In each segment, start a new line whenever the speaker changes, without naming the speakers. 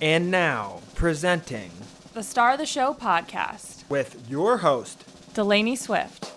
And now, presenting
The Star of the Show podcast,
with your host,
Delaney Swift.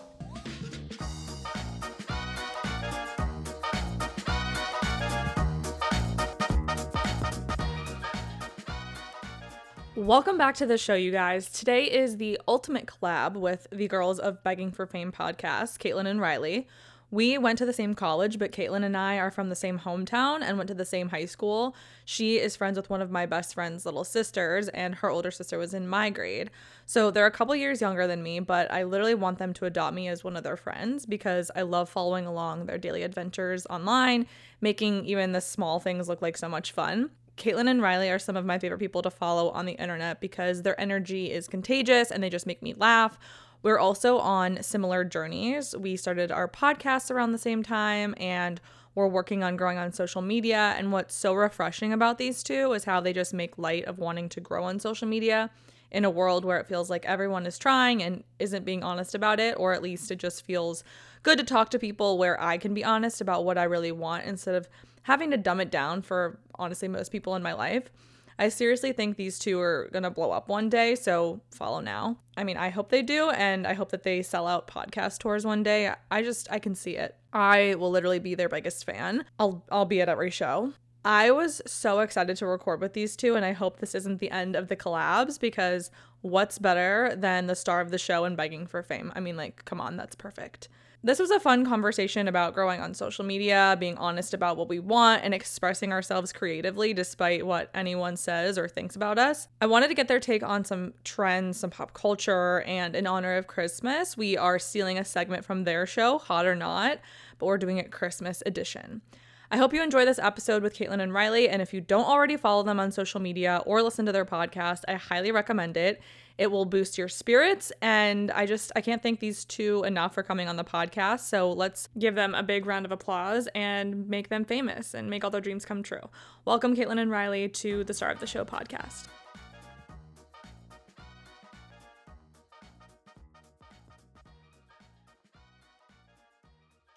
Welcome back to the show, you guys. Today is the ultimate collab with the girls of Begging for Fame podcast, Caitlin and Riley. We went to the same college, but Caitlin and I are from the same hometown and went to the same high school. She is friends with one of my best friend's little sisters, and her older sister was in my grade. So they're a couple years younger than me, but I literally want them to adopt me as one of their friends because I love following along their daily adventures online, making even the small things look like so much fun. Caitlin and Riley are some of my favorite people to follow on the internet because their energy is contagious and they just make me laugh. We're also on similar journeys. We started our podcast around the same time and we're working on growing on social media. And what's so refreshing about these two is how they just make light of wanting to grow on social media in a world where it feels like everyone is trying and isn't being honest about it, or at least it just feels good to talk to people where I can be honest about what I really want instead of having to dumb it down for honestly most people in my life. I seriously think these two are gonna blow up one day, so follow now. I mean, I hope they do, and I hope that they sell out podcast tours one day. I just, I can see it. I will literally be their biggest fan. I'll, I'll be at every show. I was so excited to record with these two, and I hope this isn't the end of the collabs because what's better than the star of the show and begging for fame? I mean, like, come on, that's perfect. This was a fun conversation about growing on social media, being honest about what we want, and expressing ourselves creatively despite what anyone says or thinks about us. I wanted to get their take on some trends, some pop culture, and in honor of Christmas, we are stealing a segment from their show, Hot or Not, but we're doing it Christmas edition. I hope you enjoy this episode with Caitlin and Riley. And if you don't already follow them on social media or listen to their podcast, I highly recommend it. It will boost your spirits. And I just, I can't thank these two enough for coming on the podcast. So let's give them a big round of applause and make them famous and make all their dreams come true. Welcome, Caitlin and Riley, to the Star of the Show podcast.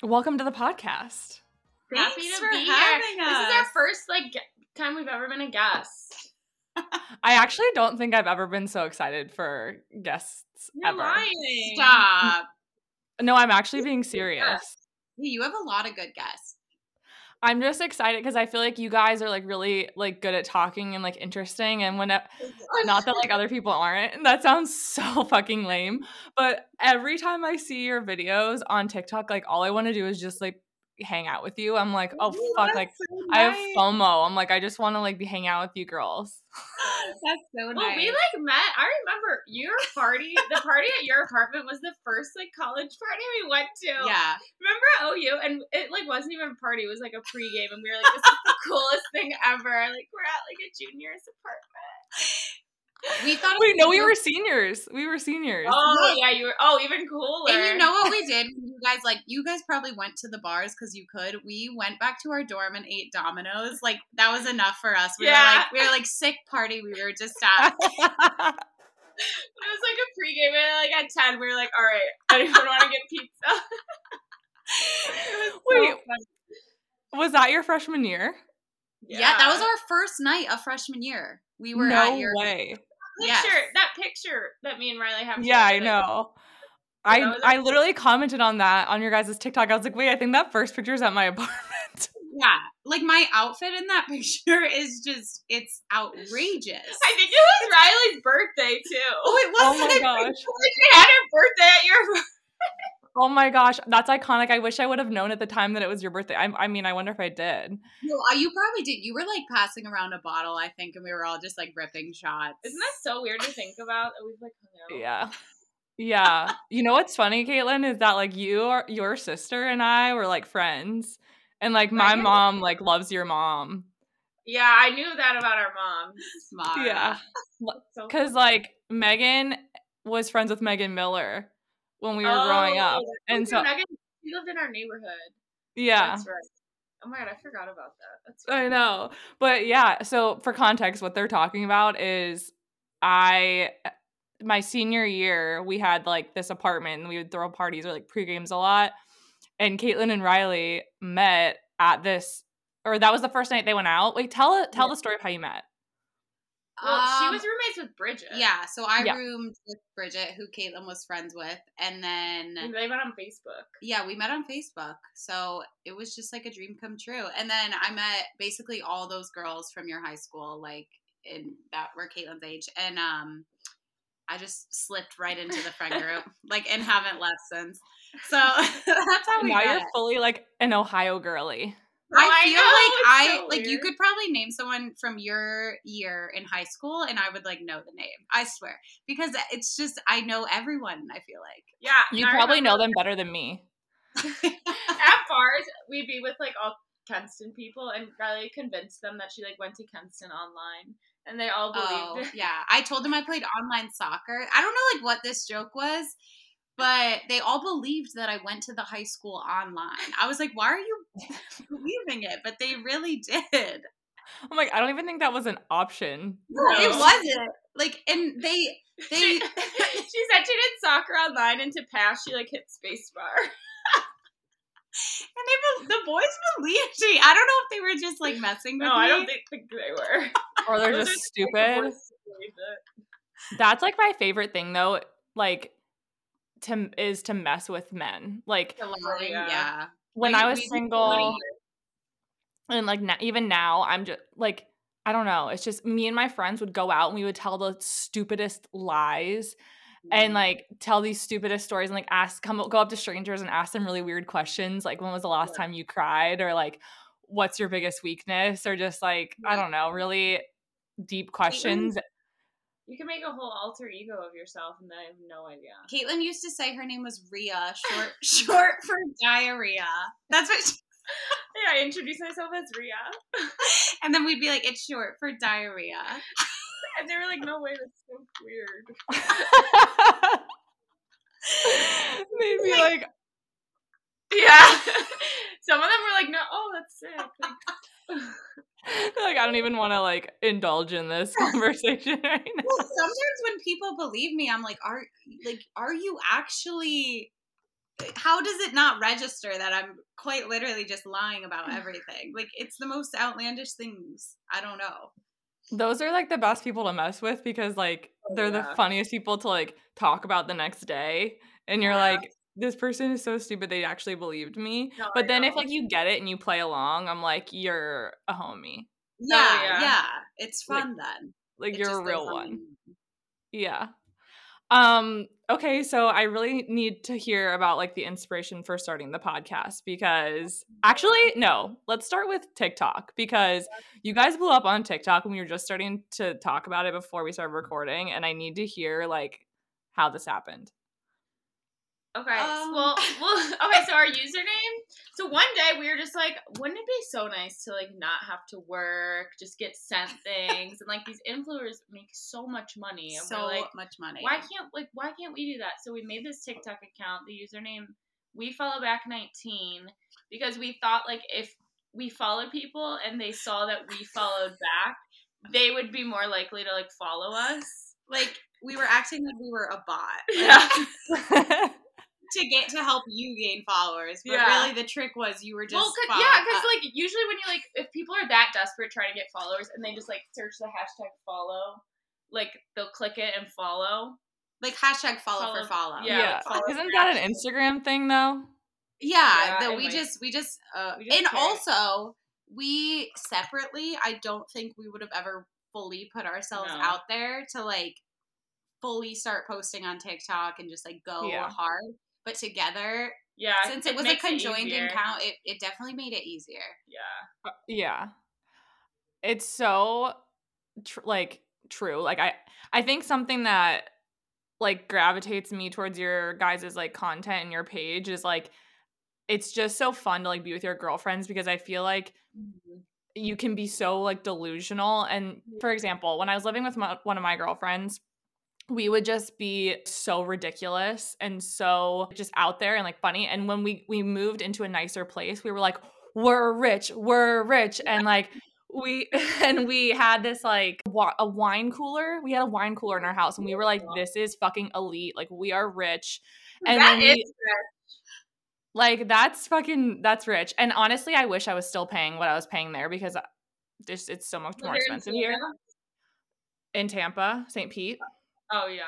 Welcome to the podcast.
Happy
Thanks
to
for
be here.
having
This is our
us.
first like g- time we've ever been a guest.
I actually don't think I've ever been so excited for guests
You're
ever.
lying.
Stop.
No, I'm actually being serious.
Hey, you have a lot of good guests.
I'm just excited because I feel like you guys are like really like good at talking and like interesting and when uh, not that like other people aren't. That sounds so fucking lame, but every time I see your videos on TikTok like all I want to do is just like hang out with you. I'm like, "Oh
Ooh,
fuck,
that's
like
so
I have
nice.
FOMO. I'm like I just want to like be hanging out with you girls."
That's so
Well,
nice.
we like met. I remember your party. the party at your apartment was the first like college party we went to.
yeah.
Remember at OU? And it like wasn't even a party. It was like a pregame, and we were like, "This is the coolest thing ever!" Like we're at like a junior's apartment.
We thought
Wait, no, we
were.
were seniors. We were seniors.
Oh yeah, you were. Oh, even cooler.
And you know what we did? You guys like you guys probably went to the bars because you could. We went back to our dorm and ate Dominoes. Like that was enough for us. We
Yeah.
were like we were like sick party. We were just at.
it was like a pregame, and like at ten, we were like, "All right, anyone want to get pizza?" It was so
Wait.
fun.
Was that your freshman year?
yeah. that was our first night of freshman year. We were
no
at your
way.
picture.
Yes.
That picture that me and Riley have.
Yeah, I
together.
know.
I
I
was
I literally commented on that on your guys' TikTok. I was like, wait, I think that first picture is at my apartment.
yeah. Like my outfit in that picture is just it's outrageous.
I think it was Riley's birthday too.
oh, it
Oh
was.
my gosh.
She had her birthday at your.
Oh my gosh. That's iconic. I wish I would have known at the time that it was your birthday. I, I mean, I wonder if I did.
No, uh, you probably did. You were like passing around a bottle, I think, and we were all just like ripping shots.
Isn't that so weird to think about? That we've like hung out.
Yeah. Yeah. you know what's funny, Caitlin, is that like you are your sister and I were like friends. And like my
Right.
mom like loves your mom.
Yeah, I knew that about our mom.
smart?
Yeah.
So
Cause like Megan was friends with Megan Miller when we were growing
Oh,
up.
that's
And
right,
so
Megan, she lived in our neighborhood.
yeah.
That's right. Oh my god, I forgot about that. That's
I
right.
know. But yeah, so for context, what they're talking about is I my senior year, we had like this apartment and we would throw parties or like pre-games a lot. And Caitlin and Riley met at this or that was the first night they went out. Wait, tell tell the story of how you met.
Well, she
Um,
was roommates with Bridget.
Yeah, so I
Yeah.
roomed with Bridget, who Caitlin was friends with, and
And
then
they met on Facebook.
yeah, we met on Facebook. So it was just like a dream come true. And then I met basically all those girls from your high school, like in that were Caitlin's age, and um, I just slipped right into the friend group, like and haven't left since. So that's how we
now
met.
you're fully like an Ohio girly.
I
Oh, I
feel
know, it's
like I
so
like you
weird.
could probably name someone from your year in high school, and I would like know the name. I swear, because it's just I know everyone. I feel like
Yeah.
You
and I
probably know
remember
them better than me.
At bars, we'd be with like all Kenston people, and Riley convinced them that she like went to Kenston online, and they all
oh
believed. it.
yeah, I told them I played online soccer. I don't know like what this joke was, but they all believed that I went to the high school online. I was like, why are you believing it? But they really did.
I'm like, I don't even think that was an option.
It
No.
wasn't like, and they
She, she
they.
said she did soccer online, and to pass, she like hit spacebar.
And they, be- the boys believed me. I don't know if they were just like messing with
No,
me.
I don't think think they were.
Or they're
Those
just
are, like, the
stupid.
worst to believe it.
That's like my favorite thing though, like to is to mess with men. Like
The line,
yeah.
yeah.
when
Like,
I
we
was
did
single
one
and like na even now I'm just like I don't know. It's just me and my friends would go out and we would tell the stupidest lies and like tell these stupidest stories and like ask come go up to strangers and ask them really weird questions like when was the last time you cried or like what's your biggest weakness or just like I
Yeah.
don't know, really deep questions.
You can make a whole alter ego of yourself, and I have no idea.
Caitlin used to say her name was Rhea, short short for diarrhea. That's what. She,
Yeah, I introduced myself as Ria,
and then we'd be like, it's short for diarrhea.
and they were like, "No way, that's so weird."
Maybe
Like-
like
Yeah. Some of them were like, "No, oh, that's sick." Like,
like I don't even want to like indulge in this conversation right now.
Well, sometimes when people believe me, I'm like, are like, are you actually? How does it not register that I'm quite literally just lying
Mm.
about everything? Like, it's the most outlandish things. I don't know.
Those are like the best people to mess with because like
Oh,
they're the
yeah.
funniest people to like talk about the next day and you're
Yeah.
like this person is so stupid they actually believed me.
No,
but
I
then if
know.
like you get it and you play along, I'm like you're a homie.
Yeah,
yeah.
yeah. It's
Like,
fun then.
Like
It
you're
just um,
a
goes
real
on
one.
and on.
Yeah. Um okay, so I really need to hear about like the inspiration for starting the podcast because actually no, let's start with TikTok because you guys blew up on TikTok and we were just starting to talk about it before we started recording and I need to hear like how this happened.
Okay. s-
Um.
well, well, okay. So our username. So one day we were just like, wouldn't it be so nice to like not have to work, just get sent things, and like these influencers make so much money, and
So
we're like,
much money.
why can't like why can't we do that? So we made this TikTok account. The username we follow back nineteen because we thought like if we followed people and they saw that we followed back, they would be more likely to like follow us.
like we were acting like we were a bot
Yeah.
to get to help you gain followers but
Yeah.
really the trick was you were just uh,
well, cause,
following
yeah, because
up.
like usually when you like, if people are that desperate trying to get followers and they just like search the hashtag follow, like they'll click it and follow.
like hashtag follow,
Follow-
for follow
yeah,
yeah.
like, follow
Isn't
back.
that an Instagram thing though?
yeah,
Yeah,
the-
and,
we
like-
just we just uh
We just
and
care.
also we separately i don't think we would have ever fully put ourselves
No.
out there to like fully start posting on tiktok and just like go
Yeah.
hard but together
Yeah,
since it was a
makes
conjoined
easier.
account it, it definitely made it easier
Yeah,
Yeah. It's so tr- like true. Like I I think something that like gravitates me towards your guys' like content and your page is like it's just so fun to like be with your girlfriends because I feel like you can be so like delusional and for example, when I was living with my, one of my girlfriends, we would just be so ridiculous and so just out there and like funny and when we we moved into a nicer place we were like we're rich we're rich and like we and we had this like wa- a wine cooler we had a wine cooler in our house and we were like this is fucking elite like we are rich and
That
then we-
is good.
like that's fucking that's rich and honestly i wish i was still paying what i was paying there because I- just uh, it's so much more
We're in
expensive here
Florida.
in Tampa, St. Pete.
Oh yeah.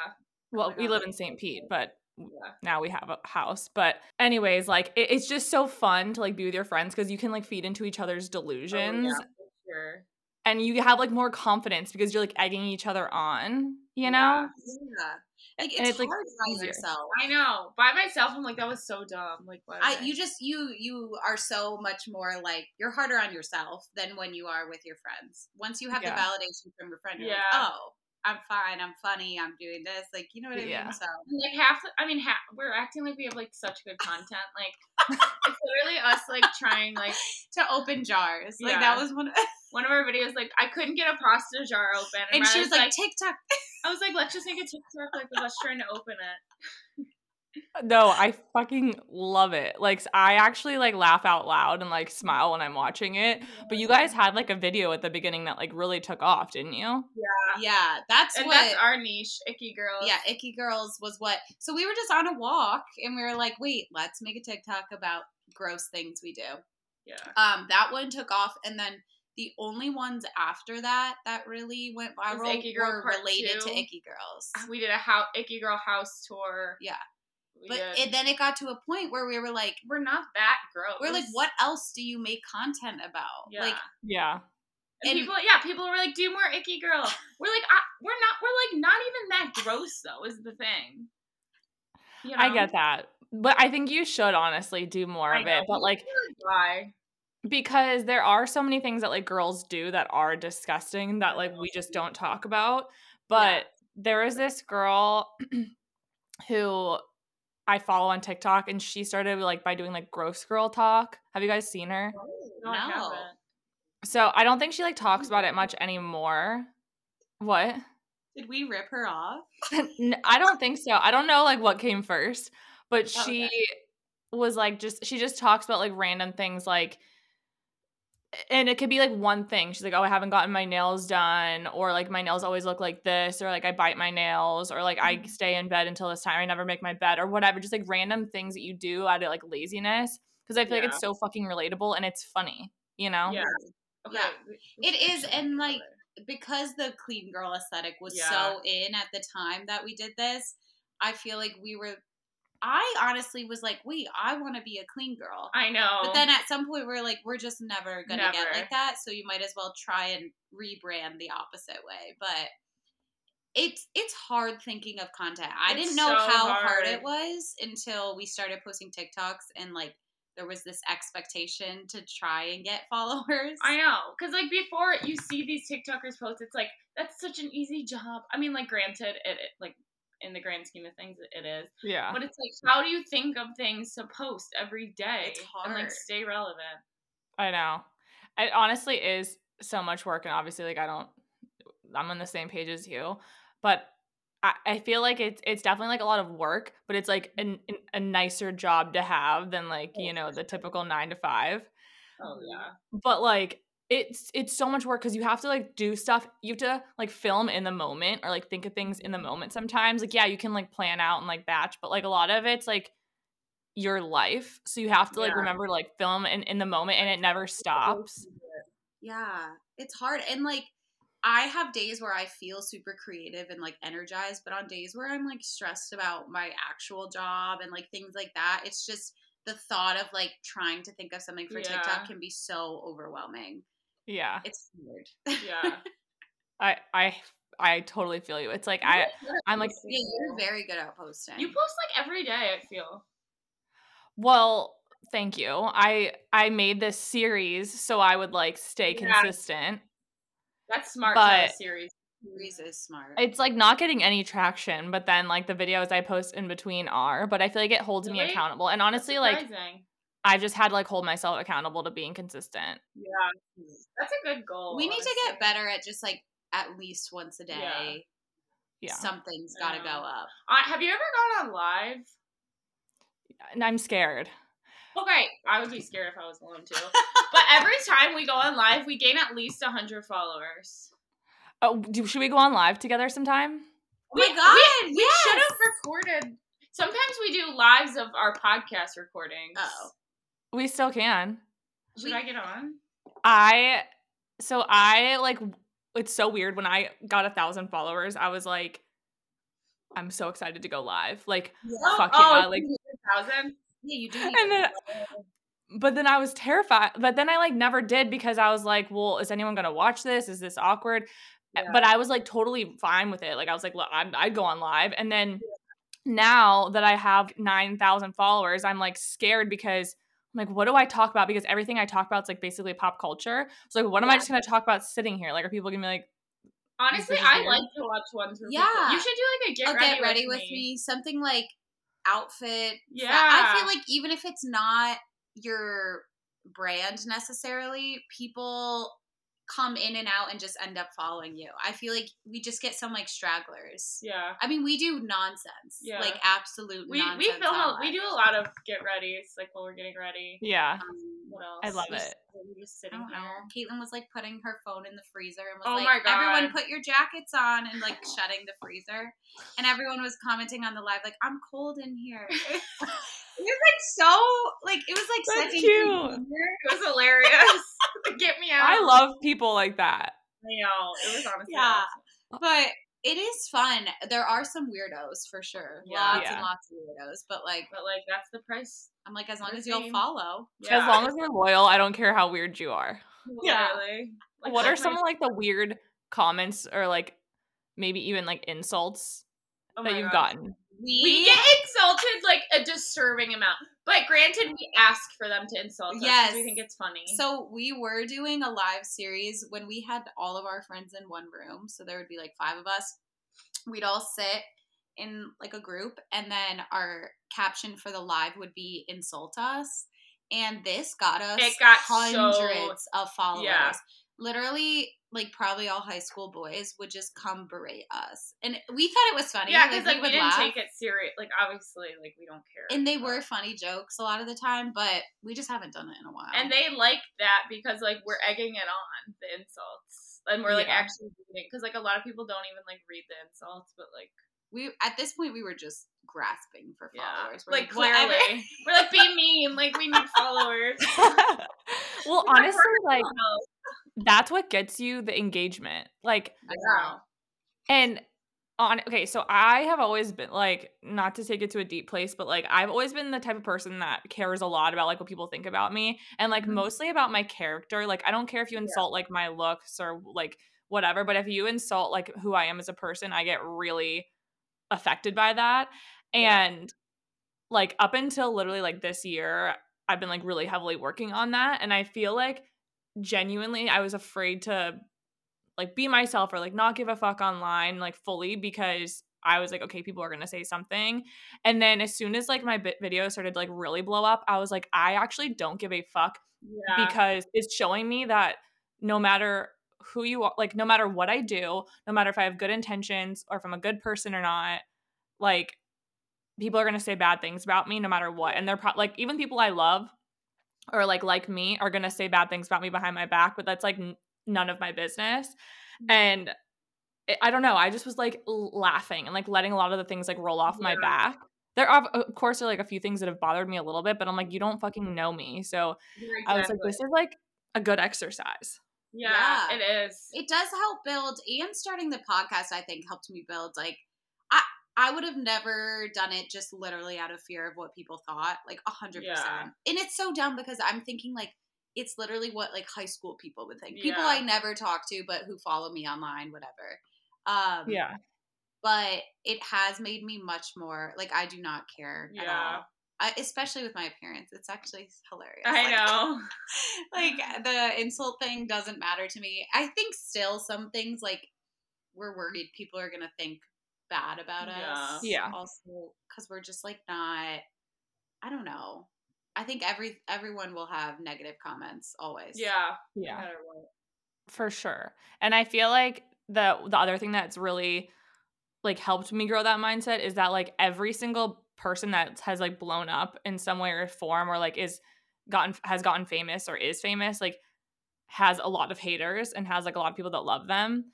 Well,
my
we
God.
live in St. Pete, but
Oh,
Yeah.
now we have a house. But anyways, like it, it's just so fun to like be with your friends because you can like feed into each other's
Oh, yeah,
delusions
for sure.
and you have like more confidence because you're like egging each other on, you know?
Yeah. Like it's,
And it's, like,
hard by
easier.
yourself.
I know. By myself, I'm like, that was so dumb. Like, why?
I
would
you just you you are so much more like you're harder on yourself than when you are with your friends. Once you have
Yeah.
the validation from your friend, you're like,
Yeah.
oh, I'm fine, I'm funny, I'm doing this. Like you know what I
Yeah.
mean? So
And, like half. the- I mean, half, we're acting like we have like such good content. Like, it's literally us like trying like
to open jars, like
Yeah.
that was one.
one of our videos. Like, I couldn't get a pasta jar open, and,
and she
Riley's
was like, TikTok.
I was like, let's just make a TikTok like of us trying to open it.
No, I fucking love it. Like s- I actually like laugh out loud and like smile when I'm watching it.
Oh
But you guys had like a video at the beginning that like really took off, didn't you?
Yeah, that's
And
what.
that's our niche, icky girls.
yeah, Icky Girls was what. So we were just on a walk and we were like, wait, let's make a TikTok about gross things we do.
yeah.
Um, that one took off, and then the only ones after that that really went viral
Icky Girl
were
Part
related
Two. Oh,
to Icky Girls.
We did a how icky girl house tour.
Yeah.
We
But
did-
it, then it got to a point where we were like,
we're not that gross.
we're like, what else do you make content about?
Yeah.
Like,
Yeah.
And
and-
people, yeah, people were like, "Do more icky girl." We're like, I, we're not, we're like not even that gross though. Is the thing. You
I get that. But I think you should honestly do more
Um, I
of
know.
it. But like
Why?
because there are so many things that like girls do that are disgusting that like we just don't talk about but there is this girl who i follow on tiktok and she started like by doing like gross girl talk have you guys seen her
No, I
No.
haven't.
so i don't think she like talks about it much anymore what
did we rip her off?
N- I don't think so. I don't know like what came first, but
Oh,
she was like just she just talks about like random things like and it could be like one thing. She's like, "Oh, I haven't gotten my nails done," or like my nails always look like this, or like I bite my nails, or like
Mm-hmm.
I stay in bed until this time, I never make my bed, or whatever. Just like random things that you do out of like laziness, because I feel like
Yeah.
it's so fucking relatable and it's funny, you know?
Yeah.
Yeah.
we- we
It is,
should
and
talk
like
about it.
because the clean girl aesthetic was
Yeah.
so in at the time that we did this, I feel like we were. I honestly was like, wait, I want to be a clean girl.
I know.
But then at some point, we are like, we're just never going to get
Never.
like that. So you might as well try and rebrand the opposite way. But it's it's hard thinking of content. I
It's
didn't know
so
how hard.
hard.
it was until we started posting TikToks and like there was this expectation to try and get followers.
I know, because like before you see these TikTokers post, it's like that's such an easy job. I mean, like granted, it, it like in the grand scheme of things, it is.
Yeah.
But it's like, how do you think of things to post every day
It's
and like
hard.
stay relevant?
I know. It honestly is so much work, and obviously, like I don't, I'm on the same page as you, but I, I feel like it's it's definitely like a lot of work, but it's like an, an, a nicer job to have than like
Oh,
you know
for
the
sure.
typical nine to five.
Oh yeah,
But like it's it's so much work because you have to like do stuff. You have to like film in the moment or like think of things in the moment. Sometimes like yeah, you can like plan out and like batch, but like a lot of it's like your life so you have to like
Yeah.
remember to, like film in, in the moment and it never stops
Yeah, it's hard. And like, I have days where I feel super creative and like energized, but on days where I'm like stressed about my actual job and like things like that, it's just the thought of like trying to think of something for
Yeah.
TikTok can be so overwhelming.
Yeah,
It's weird.
yeah.
I I I totally feel you. It's like I I'm like
Yeah, you're very good at posting.
you post like every day. I feel.
well, thank you. I I made this series so I would like stay
Yeah.
consistent.
That's smart for a
But-
series.
Reese is smart.
It's like not getting any traction, but then like the videos I post in between are, but I feel like it holds me
Really?
accountable. And honestly,
That's
like
surprising.
I've just had to like hold myself accountable to being consistent.
yeah, that's a good goal.
we need to
honestly.
get better at just like at least once a day.
Yeah.
Something's
I
got to go
know.
up. Oh
Uh, have you ever gone on live?
And I'm scared.
Okay, I would be scared if I was alone too. but every time we go on live, we gain at least hundred followers.
Oh, do, should we go on live together sometime?
Oh my
We-
God,
we, we should have recorded. Sometimes we do lives of our podcast recordings.
Oh.
We still can.
should
We-
I get on?
I so I like w- it's so weird. When I got a thousand followers, I was like, I'm so excited to go live. Like,
Yeah.
fuck
oh,
yeah, like-
thousand.
Yeah, you do. Need
And
to-
but then I was terrified. But then I like never did because I was like, well, is anyone gonna watch this? Is this awkward? Uh,
Yeah.
But I was like totally fine with it. Like I was like, look, I'm, I'd go on live. And then now that I have nine thousand followers, I'm like scared because. I'm like, what do I talk about? Because everything I talk about is like basically pop culture. So like, what am I
Yeah.
just gonna talk about sitting here? Like, are people gonna be like,
Honestly,
This is
I
weird.
like to watch ones. with
Yeah.
people. you should do like a get,
I'll
ready,
get ready
with,
with me. Something like outfit. fa- I
Yeah.
feel like even if it's not your brand necessarily, people come in and out and just end up following you. I feel like we just get some like stragglers.
Yeah,
I mean, we do nonsense.
Yeah.
Like absolute
we we
nonsense.
film a,
all
we
live.
do a lot of get readies like while we're getting ready.
yeah,
Um,
What else?
I love
We're just-
it.
We're just
I
sitting
don't know.
here.
Caitlin was like putting her phone in the freezer and was
Mm-hmm. Oh
like,
my God.
everyone put your jackets on and like shutting the freezer. And everyone was commenting on the live, like, I'm cold in here. it was like so, like, it was like
That's
such a
cute.
It was hilarious. get me out.
I love people like that.
I know. It was honestly.
Yeah.
awesome.
But it is fun. There are some weirdos for sure.
Yeah.
Lots
Yeah.
and lots of weirdos. But like,
But like that's the price.
I'm like, as long
We're
as you'll
same.
follow.
Yeah.
As long as you're loyal, I don't care how weird you are.
Yeah.
Literally. Like,
what are
that's my-
some of like the weird comments or like maybe even like insults
oh my
that you've
God.
gotten?
We,
We get insulted like a disturbing amount. But granted, we ask for them to insult us. 'cause
Yes.
We think it's funny.
So we were doing a live series when we had all of our friends in one room. So there would be like five of us. We'd all sit in like a group, and then our caption for the live would be "insult us," and this got us
It got so-
hundreds of followers.
yeah.
Literally, like probably all high school boys would just come berate us, and we thought it was funny.
yeah, because like, we,
would
didn't
laugh
take it serious. Like obviously, like we don't care.
and they
but-
were funny jokes a lot of the time, but we just haven't done it in a while.
and they like that because like we're egging it on the insults, and we're like
Yeah.
actually reading because like a lot of people don't even like read the insults, but like
we at this point we were just grasping for
Yeah.
followers. We're
like
whatever.
clearly we're like be mean, like we need followers.
well,
We're
honestly, like
personal.
that's what gets you the engagement. Like
I
Yeah.
know.
and on okay, so I have always been like not to take it to a deep place, but like I've always been the type of person that cares a lot about like what people think about me and like
Mhm.
mostly about my character. Like I don't care if you insult like my looks or like whatever, but if you insult like who I am as a person, I get really affected by that.
Yeah.
And like up until literally like this year, I've been like really heavily working on that and I feel like genuinely I was afraid to like be myself or like not give a fuck online like fully because I was like okay people are going to say something and then as soon as like my bi- video started to, like really blow up I was like I actually don't give a fuck
Yeah.
because it's showing me that no matter who you are, like no matter what I do, no matter if I have good intentions or if I'm a good person or not, like people are gonna say bad things about me no matter what, and they're pro- like even people I love or like like me are gonna say bad things about me behind my back, but that's like n- none of my business,
Mm-hmm.
and. I- I don't know. I just was like l- laughing and like letting a lot of the things like roll off my
Yeah.
back. There are, of course, there are like a few things that have bothered me a little bit, but I'm like, you don't fucking know me. So
Yeah,
I was like,
exactly.
this is like a good exercise.
yeah,
Yeah.
it is.
It does help build and starting the podcast I think helped me build like I I would have never done it just literally out of fear of what people thought. Like a hundred
Yeah.
percent. And it's so dumb because I'm thinking like it's literally what like high school people would think. People
Yeah.
I never talk to but who follow me online, whatever. Um but it has made me much more like I do not care at
Yeah.
all. I, especially with my appearance, it's actually hilarious.
I
Like,
know.
like the insult thing doesn't matter to me. I think still some things like we're worried people are gonna think bad about us.
Yeah. Yeah.
Also, because we're just like not. I don't know. I think every everyone will have negative comments always.
Yeah. No
Yeah.
matter what.
For sure. And I feel like the the other thing that's really like helped me grow that mindset is that like every single person that has like blown up in some way or form or like is gotten has gotten famous or is famous like has a lot of haters and has like a lot of people that love them.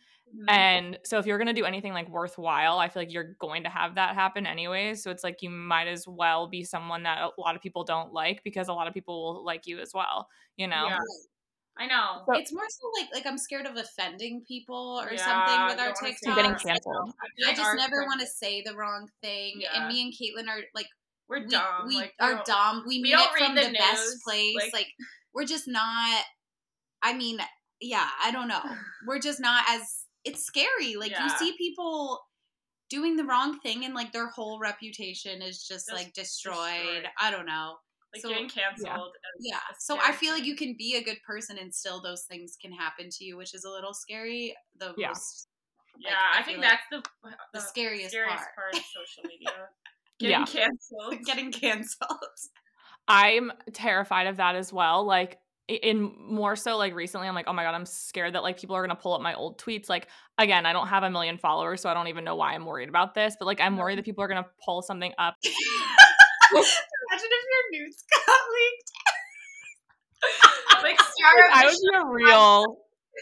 Mhm.
And so if you're going to do anything like worthwhile, I feel like you're going to have that happen anyways. So it's like you might as well be someone that a lot of people don't like because a lot of people will like you as well, you know?
Yeah. I know.
So-
it's more so like like I'm scared of offending people or
Yeah,
something with
I
our
don't wanna say
You're
TikTok.
getting
that.
canceled.
I just
Our
never
friend-
want to say the wrong thing.
Yeah.
And me and Caitlin are like
We're
we,
dumb.
we
like,
are
don't-
dumb. We,
we
mean
don't
it from
read
the,
the
best
news,
place. Like,
like-
we're just not. I mean, yeah, I don't know. We're just not as. It's scary. Like you
Yeah.
see people doing the wrong thing, and like their whole reputation is just,
Just
like destroyed.
destroyed.
I don't know.
Like
so-
getting canceled.
Yeah.
a
So I
scary
feel like
thing.
you can be a good person, and still those things can happen to you, which is a little scary. The
Yeah.
most,
Yeah,
like, I
I think
feel like
that's the
the scariest,
scariest
part.
part of social media. Getting
Yeah.
canceled.
Getting canceled.
I'm terrified of that as well. Like i- in more so like recently I'm like, "Oh my god, I'm scared that like people are going to pull up my old tweets." Like again, I don't have a million followers, so I don't even know why I'm worried about this, but like I'm worried that people are going to pull something up.
Imagine if your nudes got leaked.
like Sarah
I would be a real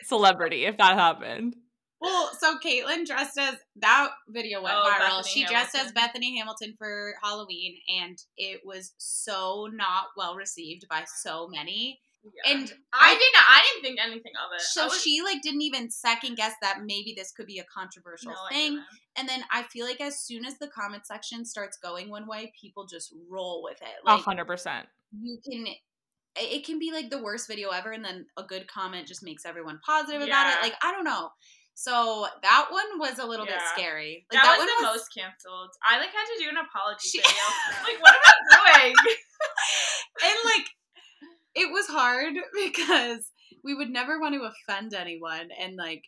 celebrity if that happened.
Well, so Caitlyn dressed as that video went
Oh,
viral.
Bethany
she dressed as
Hamilton.
Bethany Hamilton for Halloween, and it was so not well received by so many.
Yeah.
And
I didn't. I didn't think anything of it. I
so
was-
she like didn't even second guess that maybe this could be a controversial
No, I
thing.
didn't.
And then I feel like as soon as the comment section starts going one way, people just roll with it.
A
Like
100%.
you can it- it can be like the worst video ever and then a good comment just makes everyone positive about
Yeah.
it like i don't know so that one was a little bit
Yeah.
scary like
that, was
one
the most canceled. I like had to do an apology
She-
video. like, what am I doing?
and like it was hard because we would never want to offend anyone and like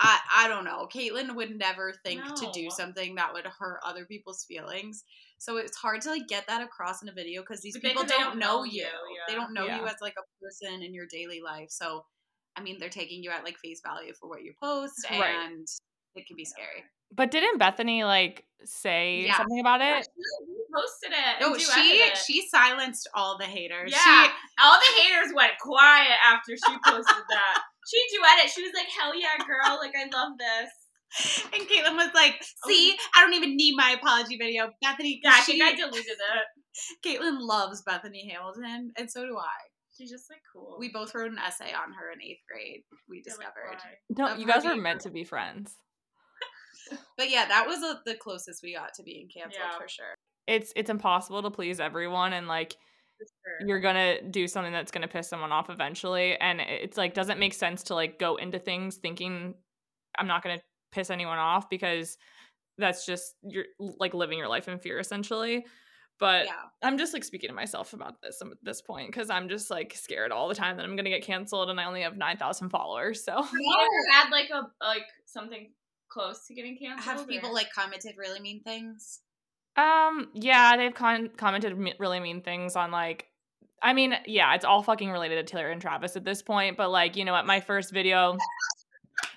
I, I don't know. Caitlyn would never think to do
No.
something that would hurt other people's feelings. So it's hard to like get that across in a video because these
Because
people
they
don't,
don't
know
know
you.
you,
They
yeah.
don't know you
Yeah.
as like a person in your daily life. So I mean, they're taking you at like face value for what you post, and
Right.
it can be scary.
But didn't Bethany like say
Yeah.
something about
Yeah,
it?
she posted it. and
No, she
duetted it.
she silenced all the haters.
Yeah,
She,
all the haters went quiet after she posted that. she duetted. She was like, "Hell yeah, girl! Like, I love this."
And Caitlin was like, "See, I don't even need my apology video." Bethany,
Oh Yeah, I
she,
think I deleted it.
Caitlin loves Bethany Hamilton, and so do I.
She's just like cool.
We both wrote an essay on her in eighth grade. We
They're, like,
discovered,
why?
No,
Of
you
her
guys were
being
meant to be friends.
but yeah, that was uh the closest we got to being canceled
Yeah.
for sure.
It's it's impossible to please everyone and like
For sure.
you're gonna do something that's gonna piss someone off eventually and it's like doesn't make sense to like go into things thinking i'm not gonna piss anyone off because that's just you're like living your life in fear essentially but
yeah,
i'm just like speaking to myself about this at this point because i'm just like scared all the time that i'm gonna get canceled and i only have 9000 followers so
Have you ever had like a like something close to getting canceled?
have people
or-
like commented really mean things?
Um, yeah, they've con- commented me- really mean things on like I mean, yeah, it's all fucking related to Taylor and Travis at this point, but like, you know what, my first video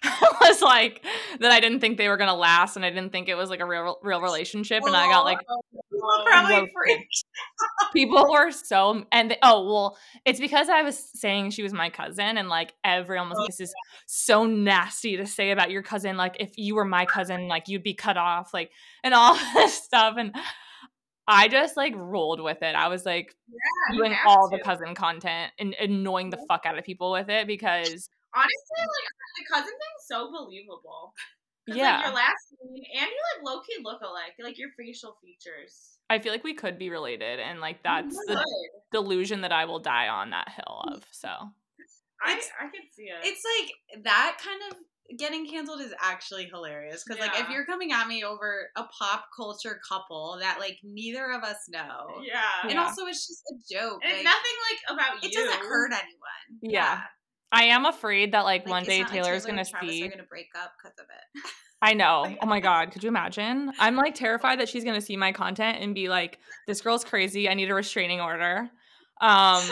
was like that I didn't think they were going to last and I didn't think it was like a real real relationship and I got like
People
whoa.
probably freaked.
people were so and they, oh, well, it's because I was saying she was my cousin and like everyone was like this is so nasty to say about your cousin like if you were my cousin like you'd be cut off like and all this stuff and I just like rolled with it. I was like
Yeah, you
doing
have
all the
to.
cousin content and annoying the fuck out of people with it because
Honestly, like the cousin thing's so believable. 'Cause, like,
yeah,
your last name and you like low key look alike, like your facial features.
I feel like we could be related and like that's
You
the
could.
delusion that I will die on that hill of. So
I
It's-
I could see it.
It's like that kind of getting canceled is actually hilarious because like if
Yeah.
you're coming at me over a pop culture couple that like neither of us know.
yeah,
And
Yeah.
also, it's just a joke.
and
like,
it's nothing like about
it
you.
doesn't hurt anyone.
Yeah. I am afraid that like,
Like,
one
it's
day
not like
Taylor's
Taylor
gonna
and Travis
see
Are gonna break up because of it.
I know.
Like-
Oh my God. Could you imagine? I'm like terrified that she's going to see my content and be like, this girl's crazy. I need a restraining order. Um,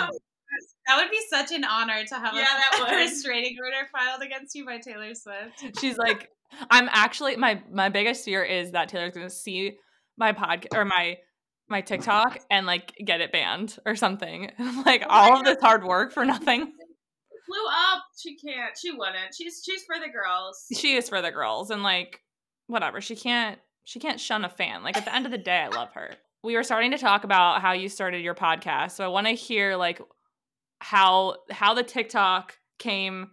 That would be such an honor to have
Yeah,
a,
that
a
would.
restraining order filed against you by Taylor Swift.
she's like, I'm actually, my, my biggest fear is that Taylor's going to see my podcast or my, my TikTok and like get it banned or something. like
my
all of
God.
this hard work for nothing.
Blew up. She can't. She wouldn't. She's she's for the girls.
She is for the girls and like whatever. She can't, she can't shun a fan. Like at the end of the day, I love her. we were starting to talk about how you started your podcast so i want to hear like how how the tiktok came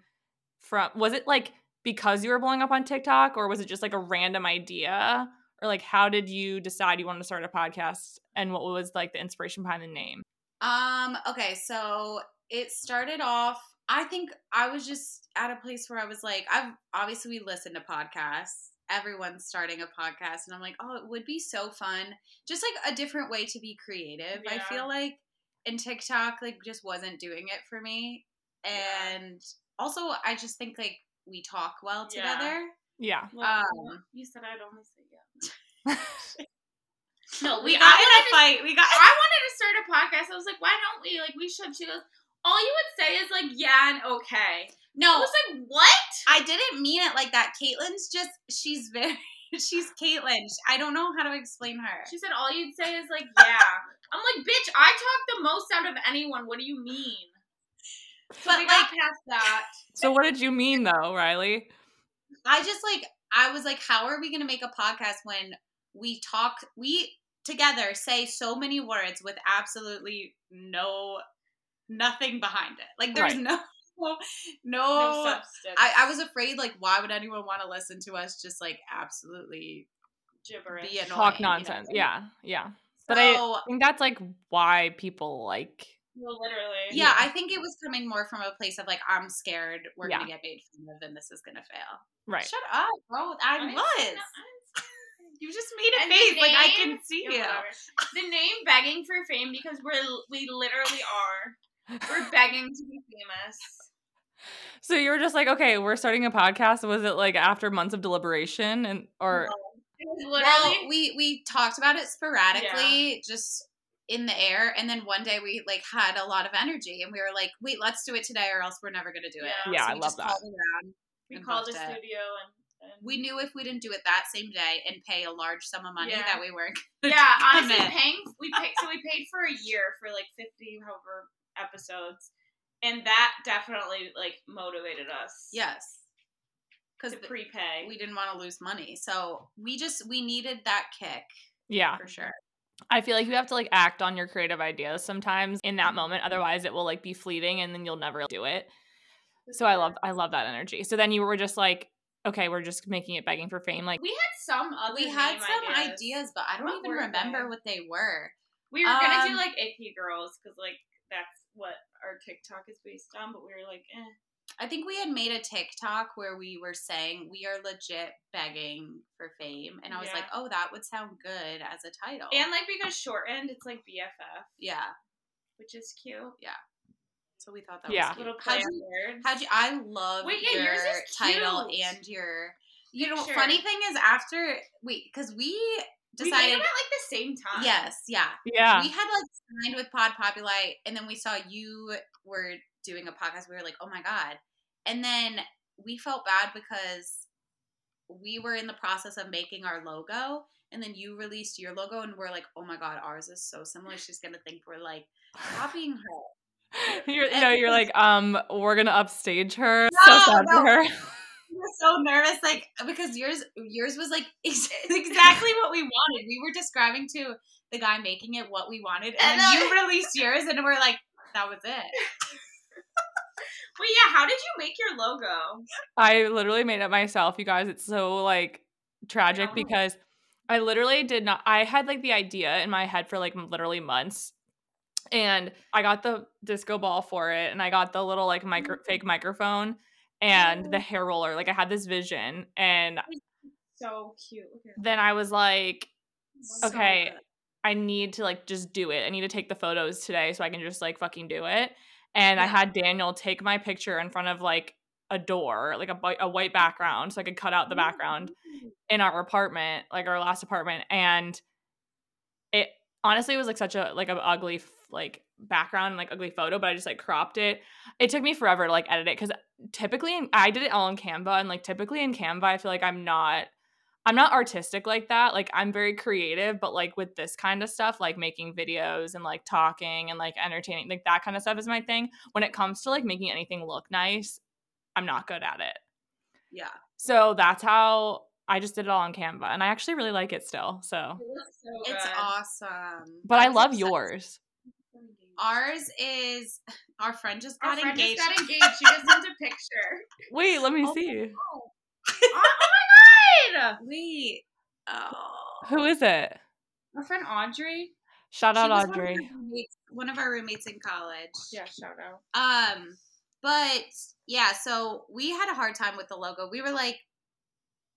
from was it like because you were blowing up on TikTok or was it just like a random idea or like how did you decide you wanted to start a podcast and what was like the inspiration behind the name?
Um, okay, so it started off I think I was just at a place where I was like, I've obviously we listen to podcasts. Everyone's starting a podcast and I'm like, oh, it would be so fun. Just like a different way to be creative. I
Yeah.
feel like in TikTok like just wasn't doing it for me.
Yeah.
And also I just think like we talk well
Yeah.
together.
Yeah.
Well,
Um,
you said I'd only say yeah. no,
We
we.
got
I wanted
in a fight. We got
I wanted to start a podcast. I was like, why don't we? Like, we should. She goes, all you would say is like, yeah and okay. I
No,
was like, what?
I didn't mean it like that. Caitlin's just she's very she's Caitlin. I don't know how to explain her.
She said, all you'd say is like, yeah. I'm like, bitch, I talk the most out of anyone. What do you mean? So
But,
we got past that.
So what did you mean though, Riley?
I just like I was like, how are we gonna make a podcast when we talk we together say so many words with absolutely no nothing behind it. Like there's
Right.
no no,
No
no
substance.
oh, I, I was afraid like why would anyone want to listen to us just like absolutely
gibberish.
be annoying,
Talk
you know?
nonsense. Yeah. Yeah. But I-
So-
I think that's like why people like
Well, literally.
yeah, I think it was coming more from a place of like, I'm scared we're
Yeah.
gonna get made fun of and this is gonna fail.
right.
Shut up, bro. I,
didn't say
was.
no- I didn't say anything.
You just made a
And the
face like I can
name-
see
Yeah,
you.
whatever. The name begging for fame because we're we literally are. We're begging to be famous.
So you were just like, okay, we're starting a podcast. Was it like after months of deliberation and or
It was
Well,
literally
we we talked about it sporadically, just in the air, and then one day we like had a lot of energy, and we were like, "Wait, let's do it today, or else we're never gonna do it."
Yeah.
Yeah,
So
I
we
love
just
that.
called around.
we,
we
called a
booked it.
studio and, and
We knew if we didn't do it that same day and pay a large sum of money
Yeah.
that we weren't.
Yeah, honestly,
commit.
paying we paid so we paid for a year for like fifty however episodes, and that definitely like motivated us.
Yes, because
to prepay.
we didn't want to lose money, so we just we needed that kick
yeah.
for sure.
I feel like you have to like act on your creative ideas sometimes in that moment. Otherwise it will like be fleeting and then you'll never do it. So I love I love that energy. So then you were just like, okay, we're just making it begging for fame. Like
we had some other
We had
name
some ideas.
ideas.
but I don't
What
even
were
remember
they?
what they were.
We were gonna do
Um,
like icky girls because like that's what our TikTok is based on, but we were like, eh.
I think we had made a TikTok where we were saying we are legit begging for fame, and I was
Yeah.
like, "Oh, that would sound good as a title."
and like we got shortened, it's like BFF,
Oh. yeah,
which is cute.
so we thought that
Yeah.
was
Little
cute.
play
How'd
on
you,
words.
how'd you? I love
Wait, yeah,
your
yours is
title
cute.
and your. You know,
Picture.
funny thing is after wait, because we
we made
decided.
them at like the same time.
yes, yeah,
yeah.
we had like signed with Pod Populi, and then we saw you were doing a podcast. We were like, oh my god! And then we felt bad because we were in the process of making our logo, and then you released your logo, and we're like, oh my god, ours is so similar. She's gonna think we're like copying her.
You're no, you're like, um, we're gonna upstage her.
No,
so sad for
no.
her.
We were so nervous, like because yours yours was like ex- exactly what we wanted. We were describing to the guy making it what we wanted, and,
And
then
then-
you released yours, and we're like, that was it.
Wait, yeah. How did you make your logo?
I literally made it myself, you guys. It's so like tragic
Oh.
because I literally did not I had like the idea in my head for like m- literally months. And I got the disco ball for it and I got the little like micro fake microphone and the hair roller. Like I had this vision and
So cute. Look at it.
then I was like
So
okay,
good.
I need to like just do it. I need to take the photos today so I can just like fucking do it. And I
Yeah.
had Daniel take my picture in front of like a door, like a, bi- a white background, so I could cut out the background in our apartment, like our last apartment. And it honestly was like such a like an ugly f- like background, like ugly photo, but I just like cropped it. It took me forever to like edit it because typically in- I did it all in Canva, and like typically in Canva, I feel like I'm not I'm not artistic like that. Like I'm very creative, but like with this kind of stuff, like making videos and like talking and like entertaining, like that kind of stuff is my thing. When it comes to like making anything look nice, I'm not good at it.
Yeah.
So that's how I just did it all on Canva and I actually really like it still. So,
It looks so
It's
good.
awesome.
but I
was
love
Oh,
obsessed.
yours.
Ours is Our friend just
Our
got
friend
engaged.
just got engaged. She just sent a picture.
Wait, let me
Oh.
see.
Oh, oh my god!
Wait. Oh.
Who is it?
Our friend Audrey.
Shout
She
out
was one of
Audrey.
our roommates- One of our roommates in college.
Yeah, shout out.
Um, but yeah, so we had a hard time with the logo. We were like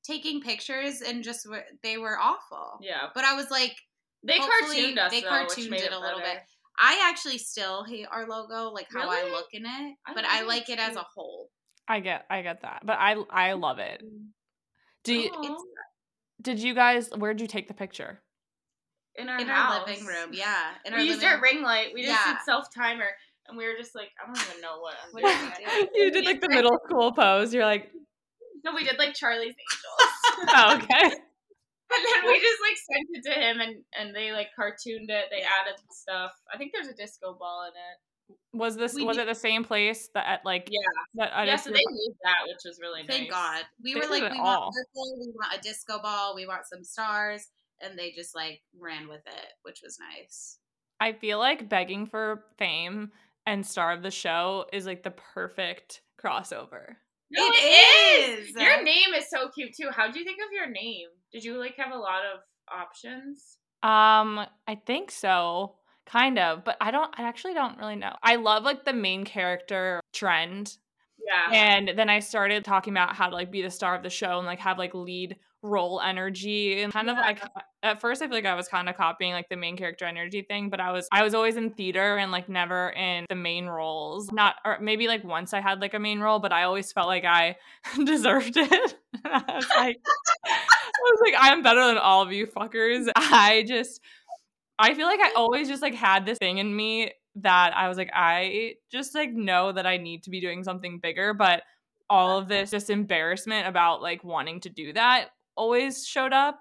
taking pictures and just were, they were awful.
Yeah,
But I was like,
they
Hopefully,
cartooned us.
they
though,
cartooned
which made
it
it,
a little
better.
bit. I actually still hate our logo, like how I
Really?
look in it,
I
but
don't
I
think
like it
it's
as a
cute.
whole.
I get I get that. But I I love it. Do you,
Aw.
It's
did you guys where'd you take the picture?
in our,
in
house.
our living room, yeah. In our
we used
living
our ring light. We just
Yeah.
did self timer, and we were just like, I don't even know what I'm
What
doing.
are we
right
you did like the middle school pose. You're like,
now. No, we did like Charlie's Angels,
oh, okay.
and then we just like sent it to him, and and they like cartooned it. They added stuff. I think there's a disco ball in it.
Was this
We
was
did-
it the same place that at like
Yeah.
that I
yeah,
just
so they used that, which was really
Thank
nice.
God. We
They
were
did
like,
it
we
all.
want purple, we want a disco ball, we want some stars, and they just like ran with it, which was nice.
I feel like begging for fame and star of the show is like the perfect crossover.
No,
It
it is.
is.
Your name is so cute too. How do you think of your name? Did you like have a lot of options?
Um, I think so, kind of, but I don't I actually don't really know. I love like the main character trend
Yeah.
and then I started talking about how to like be the star of the show and like have like lead role energy and kind of like at first I feel like I was kind of copying like the main character energy thing, but I was I was always in theater and like never in the main roles. Not or maybe like once I had like a main role, but I always felt like I deserved it. I was like I was like I'm better than all of you fuckers. I just I feel like I always just like had this thing in me that I was like, I just like know that I need to be doing something bigger, but all of this just embarrassment about like wanting to do that always showed up.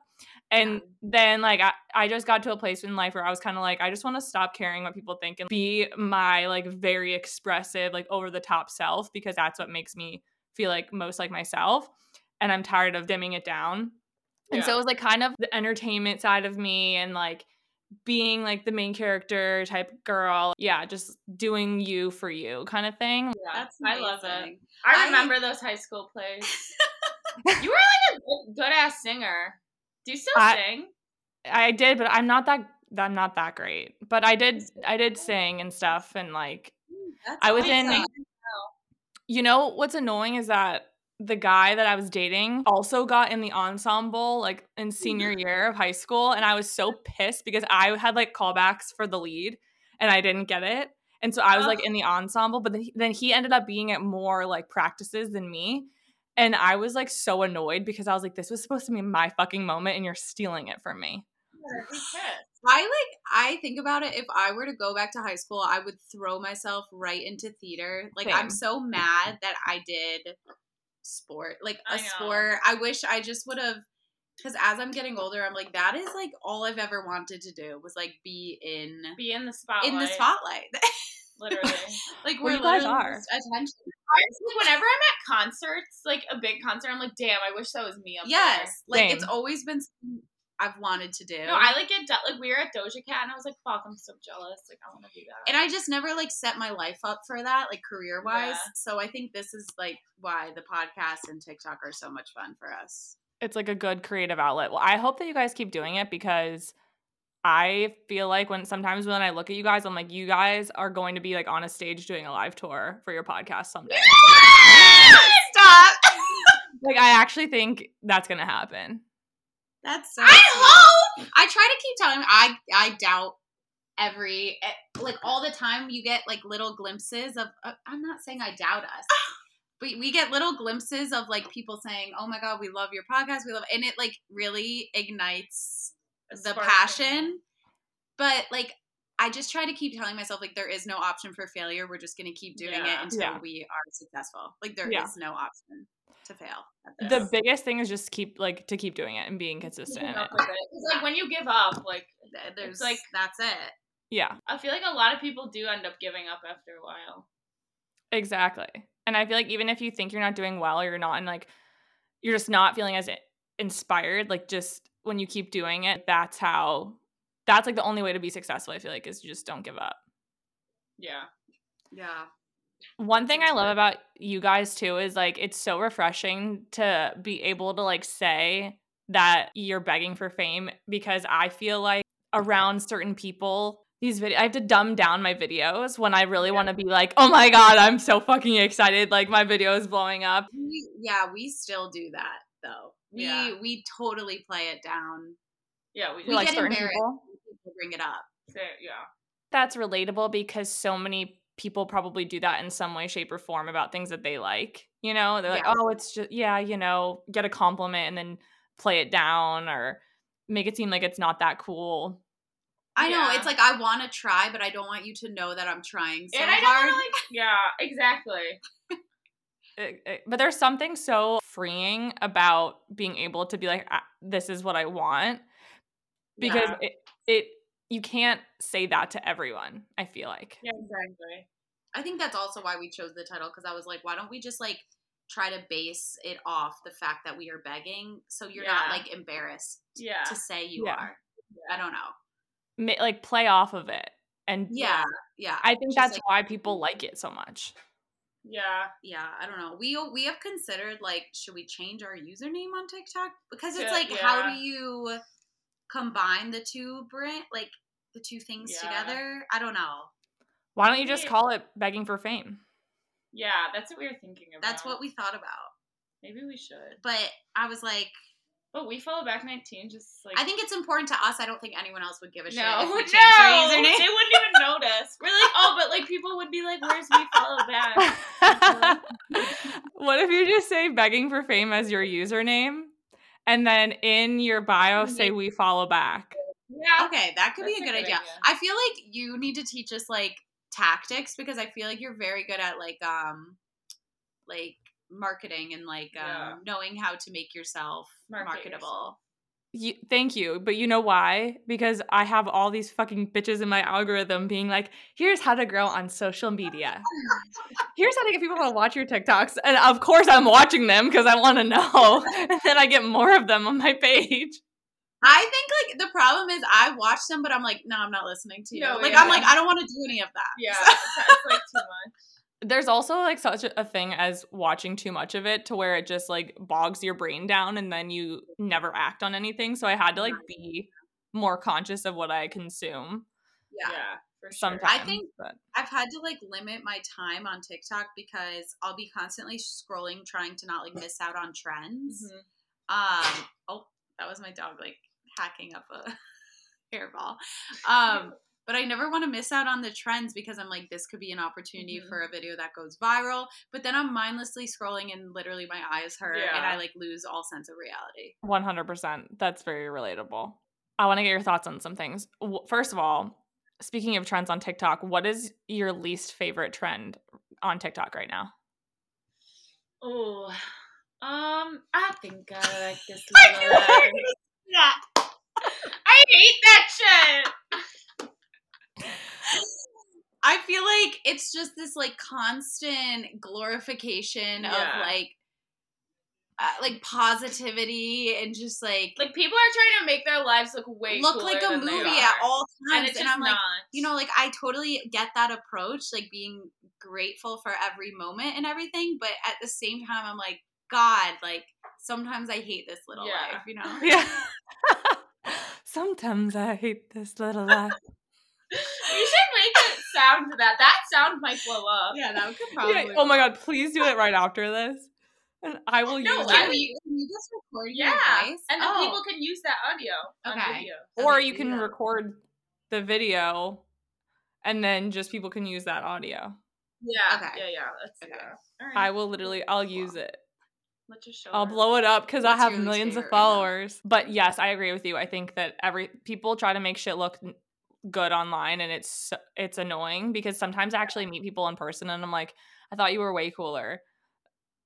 And then like I, I just got to a place in life where I was kind of like, I just want to stop caring what people think and be my like very expressive, like over the top self because that's what makes me feel like most like myself. And I'm tired of dimming it down. And so it
Yeah.
was like kind of the entertainment side of me and like being like the main character type girl. Yeah, just doing you for you kind of thing.
Yeah.
That's
I love it.
amazing. I-
I remember those high school plays. you were like a good ass singer. Do you still
I-
sing?
I did, but I'm not that I'm not that great. But I did I did sing and stuff and like
That's
I was
awesome.
in you know what's annoying is that the guy that I was dating also got in the ensemble like in senior year of high school and I was so pissed because I had like callbacks for the lead and I didn't get it. And so I was like in the ensemble, but then he, then he ended up being at more like practices than me. And I was like so annoyed because I was like, this was supposed to be my fucking moment and you're stealing it from me.
That'd be pissed.
I like I think about it if I were to go back to high school, I would throw myself right into theater. Like
Same.
I'm so mad that I did sport, like a
I know.
sport. I wish I just would have cuz as I'm getting older, I'm like that is like all I've ever wanted to do was like be in
Be in the spotlight.
in the spotlight.
Literally.
like
Well,
we're
you guys
literally
are.
just attention.
Honestly, whenever I'm at concerts, like a big concert, I'm like, damn, I wish that was me up there.
Yes, like it's
Same.
always been something I've wanted to do.
No, I like get de- like we were at Doja Cat and I was like, fuck, I'm so jealous. Like I want to do that.
and I just never like set my life up for that, like career wise.
Yeah.
So I think this is like why the podcast and TikTok are so much fun for us.
it's like a good creative outlet. Well, I hope that you guys keep doing it because I feel like when sometimes when I look at you guys, I'm like, you guys are going to be like on a stage doing a live tour for your podcast someday.
Stop.
Like, I actually think that's gonna happen.
That's so.
I hope.
I try to keep telling. I I doubt every eh, like all the time. You get like little glimpses of. Uh, I'm not saying I doubt us. But we get little glimpses of like people saying, "Oh my god, we love your podcast. We love," and it like really ignites the
Spark in me.
passion. But like I just try to keep telling myself like there is no option for failure. We're just gonna keep doing
Yeah.
it until
Yeah.
we are successful. Like there is
Yeah.
no option to fail. at this.
The biggest thing is just keep like to keep doing it and being consistent.
Keeping
in
up
it.
with it. 'Cause, like when you give up, like
Th- There's like
like-
that's it.
Yeah,
I feel like a lot of people do end up giving up after a while.
exactly. And I feel like even if you think you're not doing well or you're not in like you're just not feeling as i- inspired, like just when you keep doing it, that's how that's like the only way to be successful, I feel like, is you just don't give up.
Yeah.
Yeah.
One thing I love about you guys too is like it's so refreshing to be able to like say that you're begging for fame because I feel like around certain people these videos I have to dumb down my videos when I really want to be like, "Oh my god, I'm so fucking excited like my video is blowing up."
We, yeah, we still do that though. We
Yeah.
we totally play it down.
Yeah, we
We
just
like
get
certain
embarrassed.
people.
People bring it up.
say yeah.
That's relatable because so many people probably do that in some way shape or form about things that they like. You know, they're
Yeah.
like, "Oh, it's just yeah, you know, get a compliment and then play it down or make it seem like it's not that cool."
I know
Yeah.
it's like I want to try, but I don't want you to know that I'm trying so
and I don't
hard.
wanna, like yeah, exactly.
it- it- Eh, but there's something so freeing about being able to be like "Ah, this is what i want because it, it you can't say that to everyone i feel like
Yeah, exactly.
I think that's also why we chose the title because I was like, why don't we just like try to base it off the fact that we are begging, so you're not
Yeah.
like embarrassed
Yeah.
to say you
Yeah.
are. I don't know.
Ma- like play off of it and
Yeah, yeah.
i think
Just,
that's
like-
why people like it so much
Yeah.
yeah, I don't know. We we have considered like, should we change our username on TikTok? Because it's
Yeah,
like, how
yeah.
do you combine the two brand like the two things
Yeah.
together? I don't know.
why don't you just
Yeah.
call it begging for fame
Yeah, that's what we were thinking about.
That's what we thought about.
maybe we should.
But I was like,
But we follow back nineteen just like
I think it's important to us. I don't think anyone else would give a shit.
no,
if we
no,
changed our
they wouldn't
username.
even notice. We're like, oh, but like people would be like, "Where's we follow back?"
what if you just say begging for fame as your username and then in your bio say we follow back
Yeah,
Okay, that could
That's
be a good, idea. I feel like you need to teach us like tactics because I feel like you're very good at like um like marketing and like um
Yeah.
knowing how to make yourself
Market
marketable.
You, thank you, but you know why? Because I have all these fucking bitches in my algorithm being like, "Here's how to grow on social media. Here's how to get people to watch your TikToks." And of course, I'm watching them because I want to know. And then I get more of them on my page.
I think like the problem is I watch them but I'm like no I'm not listening to you.
No,
like
yeah,
I'm like
yeah.
I don't want to do any of that.
Yeah, it's, it's like too much.
There's also like such a thing as watching too much of it to where it just like bogs your brain down, and then you never act on anything. So I had to like be more conscious of what I consume
Yeah.
Yeah, for sure.
sometimes.
think-
but-
I've had to like limit my time on TikTok because I'll be constantly scrolling trying to not like miss out on trends.
Mhm.
Um, oh, that was my dog like hacking up a hairball. Um, but I never want to miss out on the trends because I'm like, this could be an opportunity
Mhm.
for a video that goes viral. But then I'm mindlessly scrolling and literally my eyes hurt and
Yeah.
I like lose all sense of reality.
One hundred percent. That's very relatable. I want to get your thoughts on some things. W- First of all, speaking of trends on TikTok, what is your least favorite trend on TikTok right now?
Oh, um, I think I like this.
I
little
knew you were
life. I hate that shit.
I feel like it's just this like constant glorification
Yeah.
of like, uh, like positivity and just like,
Like people are trying to make their lives look way
look like
cooler
a
than they
movie at
are.
all times.
and
And,
it's just
I'm
not.
like, you know, like I totally get that approach, like being grateful for every moment and everything. But at the same time, I'm like, God, like sometimes I hate this little
Yeah.
life, you know?
Yeah. Sometimes I hate this little life.
you should make it sound that. That sound might blow up.
Yeah, that could
Yeah, Oh my god! Please do it right after this, and I will
No,
use
I
it.
will-
you, can you just record your
Yeah,
voice?
And then
Oh,
people can use that audio on
Okay.
video.
or
okay,
you
do
can
that.
record the video, and then just people can use that audio.
Yeah.
Okay.
Yeah, yeah. Let's do
Okay.
that. All right.
I will literally, I'll use it.
Let's just show
I'll
her.
blow it up because I
What's
have
your least
millions of
favorite right now?
followers. But yes, I agree with you. I think that every people try to make shit look n- good online, and it's so- it's annoying because sometimes I actually meet people in person, and I'm like, I thought you were way cooler.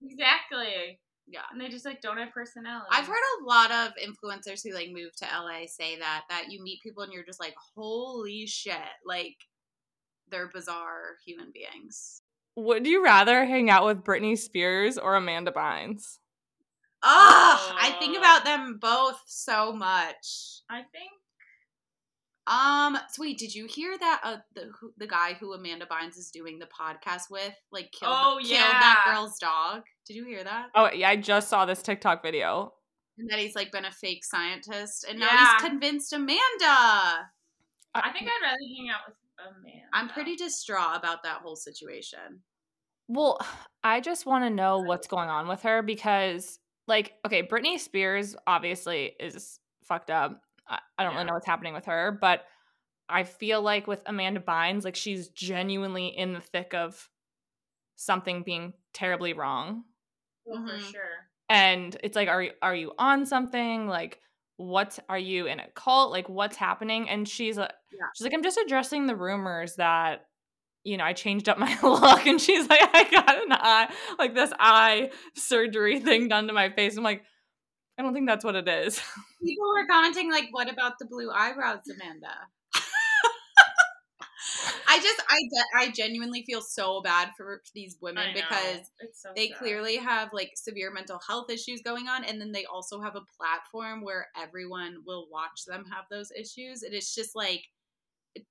Exactly.
Yeah.
And they just like don't have personality.
I've heard a lot of influencers who like move to LA say that that you meet people and you're just like, holy shit, like they're bizarre human beings.
Would you rather hang out with Britney Spears or Amanda Bynes?
Oh, I think
Oh.
about them both so much.
I think
Um, sweet. Did you hear that? Uh, the who, the guy who Amanda Bynes is doing the podcast with, like, killed,
Oh,
killed that
yeah.
girl's dog. Did you hear that?
Oh, yeah, I just saw this TikTok video.
And that he's like been a fake scientist, and now
Yeah.
he's convinced Amanda.
I think I'd rather hang out with a man.
I'm pretty distraught about that whole situation.
Well, I just want to know what's going on with her because, like, okay, Britney Spears obviously is fucked up. I, I don't
Yeah.
really know what's happening with her, but I feel like with Amanda Bynes, like, she's genuinely in the thick of something being terribly wrong.
Well, Oh, for
Mhm.
sure.
And it's like, are you, are you on something? Like, what are you in a cult? Like, what's happening? And she's like,
Yeah.
she's like, I'm just addressing the rumors that you know, I changed up my look and she's like, I got an eye, like this eye surgery thing done to my face. I'm like, I don't think that's what it is.
People were commenting like, "What about the blue eyebrows, Amanda?" I just, I, ge- I genuinely feel so bad for these women
I know.
because
It's so
they
sad.
clearly have like severe mental health issues going on and then they also have a platform where everyone will watch them have those issues and it's just like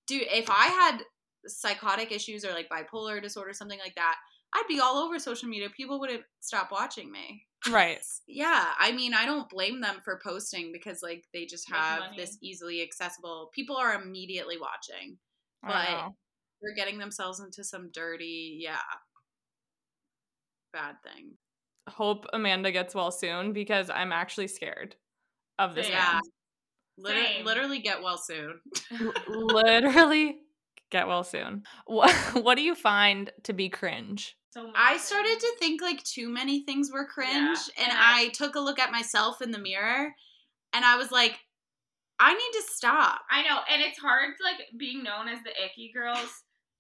dude if i had psychotic issues or like bipolar disorder something like that i'd be all over social media people wouldn't stop watching me
right.
yeah i mean i don't blame them for posting because like they just
Make
have
money.
this easily accessible people are immediately watching
I don't
But-
know.
they're getting themselves into some dirty yeah bad thing
hope Amanda gets well soon because I'm actually scared of this
Yeah.
man.
Liter-
Same.
literally get well soon.
Literally get well soon. What, what do you find to be cringe?
So much
I
of
started
it.
to think like too many things were cringe,
Yeah,
and
and I-
I took a look at myself in the mirror, and I was like, I need to stop,
I know, and it's hard like being known as the icky girls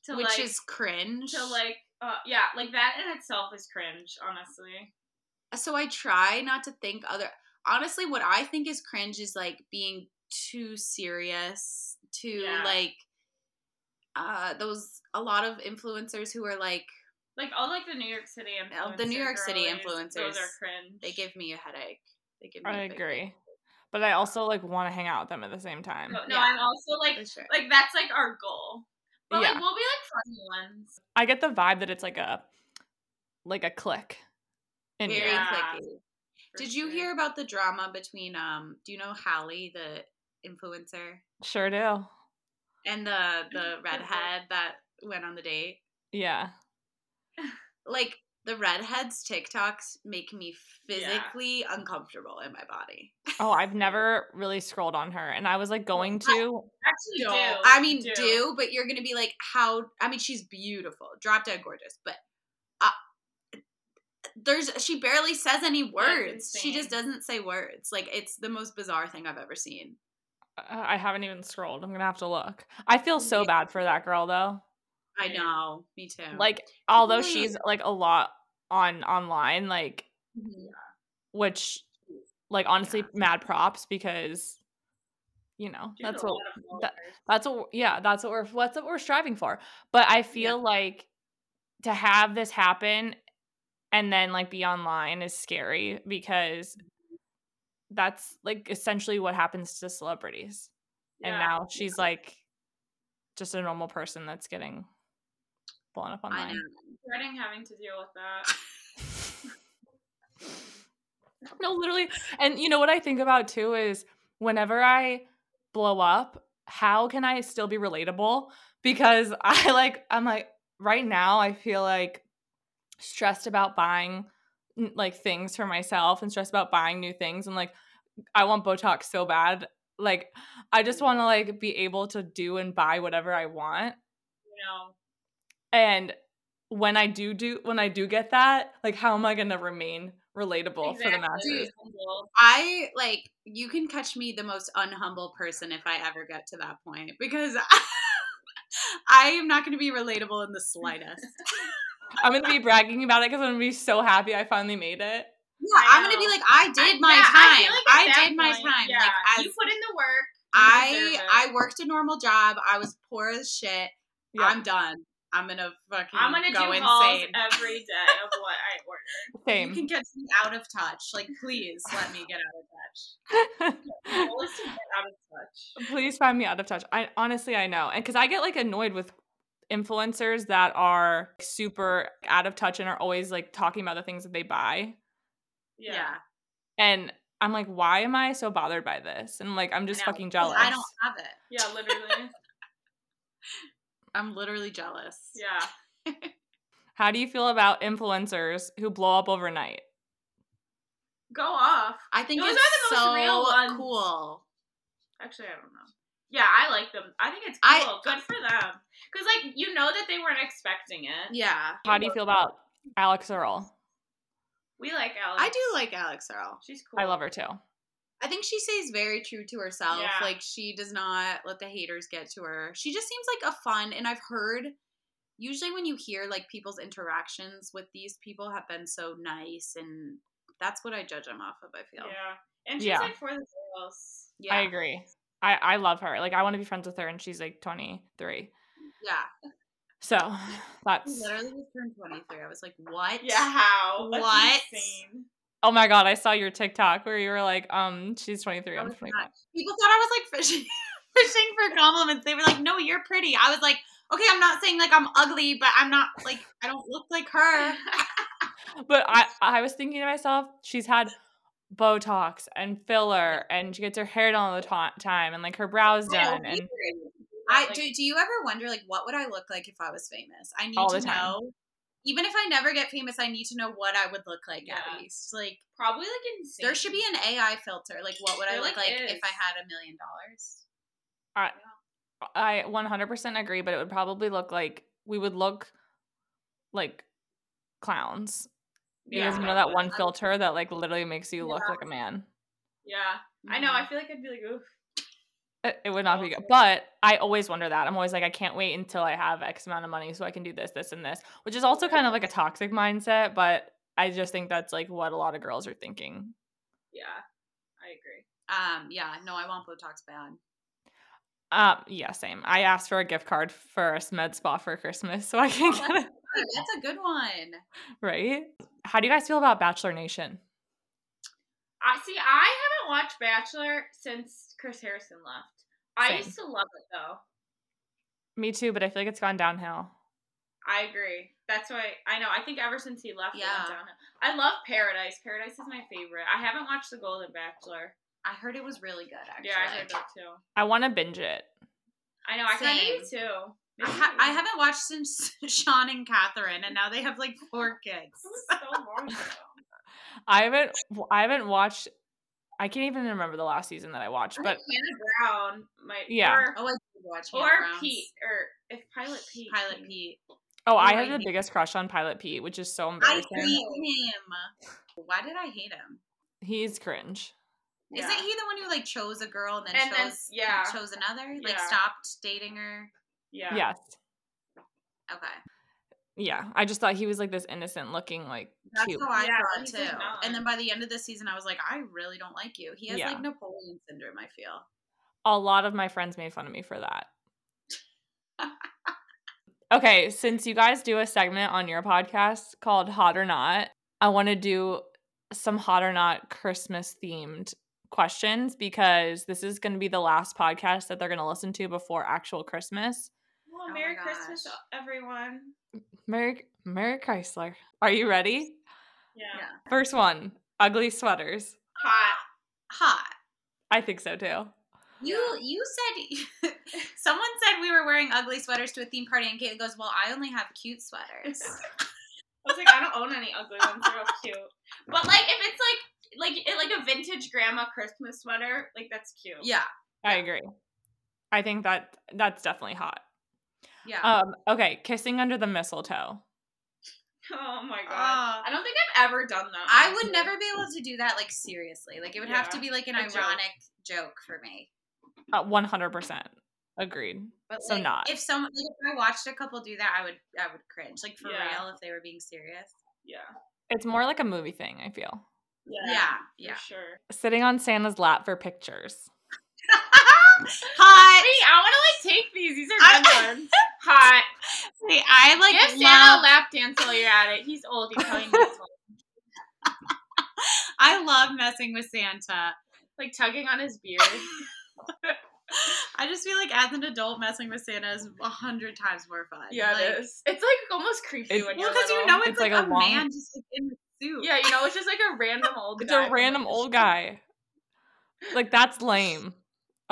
to
which
like
is cringe.
to like uh, yeah, like that in itself is cringe, honestly.
so I try not to think other. Honestly, what I think is cringe is like being too serious, too
Yeah.
like uh those a lot of influencers who are like
Like all like the New York City
Oh,
influencers.
the New York City
Those
influencers.
are cringe.
they give me a headache. They give me.
I
a big
agree. But I also like want to hang out with them at the same time.
No, no
Yeah.
and also like
For sure.
like that's like our goal. But
Yeah.
like we'll be like funny ones.
I get the vibe that it's like a like a click. in
very
you.
Yeah.
clicky.
for
Did you
sure.
hear about the drama between um do you know Hallie the influencer
Sure do.
and the the redhead that went on the date?
Yeah.
Like the redhead's TikToks make me physically uncomfortable in my body.
Oh, I've never really scrolled on her, and I was like going to.
Actually, do
I mean do.
do.
but you're going to be like how I mean she's beautiful, drop dead gorgeous, but uh, there's she barely says any words. She just
insane.
doesn't say words. Like it's the most bizarre thing I've ever seen.
uh, I haven't even scrolled. I'm gonna have to look. I feel so
Yeah.
bad for that girl though.
I
Yeah.
know, me too.
Like, although
Yeah.
she's like a lot on online, like
Mhm.
which, like honestly, mad props because, you know,
She has
that's
a
what
lot of
that-
followers.
that's what yeah that's what we're what's what we're striving for but i feel like to have this happen and then like be online is scary because
Mm-hmm.
that's like essentially what happens to celebrities and
Yeah.
now she's like just a normal person that's getting blown up
I
online
know.
regretting having to deal with that.
no literally and you know what i think about too is whenever i blow up how can i still be relatable because i like i'm like right now i feel like stressed about buying n- like things for myself and stressed about buying new things and like i want botox so bad like i just want to like be able to do and buy whatever i want
You know.
and when i do do when i do get that like how am i going to remain relatable for the
Exactly.
masses
I like you can catch me the most unhumble person if I ever get to that point because I am not going to be relatable in the slightest.
I'm gonna be bragging about it because I'm gonna be so happy I finally made it.
Yeah,
I
I'm going to be
know.
like I did my
Yeah, I
time.
feel like at
I,
that
did my
point,
time.
Yeah,
Like as
you put in the work.
I
deserve it.
I worked a normal job. I was poor as shit.
Yeah,
I'm done. I'm gonna fucking
I'm gonna
go
do
insane.
hauls every day of what I order.
You
Same.
can catch me out of touch. Like, please let me get out of touch.
My goal is to get out of touch.
Please find me out of touch. I honestly I know. And cuz I get like annoyed with influencers that are super out of touch and are always like talking about the things that they buy.
Yeah.
And I'm like, why am I so bothered by this? And like I'm just
I know.
fucking jealous.
I don't have it.
Yeah, literally.
I'm literally jealous.
Yeah.
How do you feel about influencers who blow up overnight?
Go off.
I think
Those
it's
are the most
so
real ones.
cool.
Actually, I don't know. Yeah, I like them. I think it's cool.
I-
Good for them. Because, like, you know that they weren't expecting it.
Yeah,
How do you feel about Alex Earl?
We like Alex.
I do like Alex Earl.
She's cool.
I love her too.
I think she stays very true to herself.
Yeah.
Like she does not let the haters get to her. She just seems like a fun and I've heard usually when you hear like people's interactions with these people have been so nice and that's what I judge them off of, I feel.
Yeah. And she's
Yeah.
like for the girls.
Yeah.
I agree. I, I love her. Like I want to be friends with her and she's like 23.
yeah.
So
She
that's
literally just turned 23. I was like, "What?"
Yeah, how? That's
What?
insane.
oh my god, I saw your TikTok where you were like, um, she's 23,
I
I'm
was
25.
not- People thought I was like fishing fishing for compliments. They were like, "No, you're pretty." I was like, "Okay, I'm not saying like I'm ugly, but I'm not like I don't look like her."
But I I was thinking to myself, she's had Botox and filler and she gets her hair done all the ta- time and like her brows done and
I
Like-
do. Do you ever wonder, like, what would I look like if I was famous? I need
All
to
the time.
know. Even if I never get famous, I need to know what I would look like
Yeah.
at least. Like,
Probably like insane.
there should be an AI filter. Like, what would I
There,
look
like,
like if
is.
I had a million dollars?
I 100% agree, but it would probably look like we would look like clowns. You guys
Yeah.
know that one filter that like literally makes you look
Yeah.
like a man.
Yeah. I know.
Mm-hmm.
I feel like I'd be like, oof.
It, it would not be
Oh,
good.
okay.
But I always wonder that. I'm always like, I can't wait until I have X amount of money so I can do this, this, and this, which is also kind of like a toxic mindset. But I just think that's like what a lot of girls are thinking.
Yeah. I agree.
Um, yeah, no, I want Botox bad.
Um, yeah, same. I asked for a gift card for a med spa for Christmas so I can get it.
Hey, that's a good one.
Right? How do you guys feel about Bachelor Nation?
I see. I haven't watched Bachelor since Chris Harrison left. I
Same.
used to love it though.
Me too, but I feel like it's gone downhill.
I agree. That's why I know. I think ever since he left,
Yeah.
it went down. I love Paradise. Paradise is my favorite. I haven't watched The Golden Bachelor.
I heard it was really good. Actually,
Yeah, I heard that too.
I want to binge it.
I know. I kind
Same.
of do too.
I, ha- I haven't watched since Sean and Catherine, and now they have like four kids.
It was so long ago.
I haven't I haven't watched I can't even remember the last season that I watched, but
Hannah Brown might.
Yeah.
Or,
Oh, I did watch
or
Hannah Brown's
Pete or if Pilot Pete.
Pilot Pete.
oh, I
Oh, I
have the
hate-
biggest crush on Pilot Pete, which is so
I
embarrassing.
hate him. Why did I hate him?
He's cringe.
Yeah.
Isn't he the one who like chose a girl and then
And then-
chose
yeah.
chose another? Like
Yeah.
stopped dating her.
Yeah.
Yes.
Okay,
Yeah. I just thought he was like this innocent looking, like
that's
cute.
how I
Yeah,
thought
he's
too.
a nod.
And then by the end of the season, I was like, I really don't like you. He has
Yeah.
like Napoleon syndrome. I feel.
A lot of my friends made fun of me for that. okay, since you guys do a segment on your podcast called Hot or Not, I want to do some Hot or Not Christmas themed questions because this is going to be the last podcast that they're going to listen to before actual Christmas.
Well,
Oh my
Merry
gosh.
Christmas, everyone.
Merry Merry Chrysler. Are you ready?
Yeah.
Yeah.
First one, ugly sweaters.
Hot.
Hot.
I think so too.
You you said someone said we were wearing ugly sweaters to a theme party, and Kate goes, "Well, I only have cute sweaters."
I was like, I don't own any ugly ones. They're all cute. But like, if it's like like it- like a vintage grandma Christmas sweater, like that's cute.
yeah,
I agree. I think that that's definitely hot.
yeah.
Um, okay, kissing under the mistletoe.
Oh my god.
Ah.
I don't think I've ever done that.
I would
honestly.
never be able to do that, like seriously. Like it would have to
Yeah.
be like an
A
ironic
joke.
joke for me.
Uh, 100%. Agreed.
But
So
like,
not.
if some like, if I watched a couple do that, I would I would cringe. Like for
Yeah.
real, if they were being serious.
Yeah.
It's more like a movie thing, I feel.
Yeah, yeah.
For sure.
Sitting on Santa's lap for pictures.
Hot.
Hey, I want to like take these. These are
I-
good ones. hot.
See, I like
Give Santa a
love.
lap dance while you're at it. He's old. He probably needs one.
I love messing with Santa.
Like tugging on his beard.
I just feel like as an adult, messing with Santa is a hundred times more fun.
Yeah,
like,
it is. It's like almost creepy
It's-
when
Well,
you're
because you
little.
know it's,
It's
like,
like a
a,
long-
man just like in the suit.
Yeah, you know, it's just like a random old.
It's
guy
a
from,
random
like,
old
sh-
guy. Like that's lame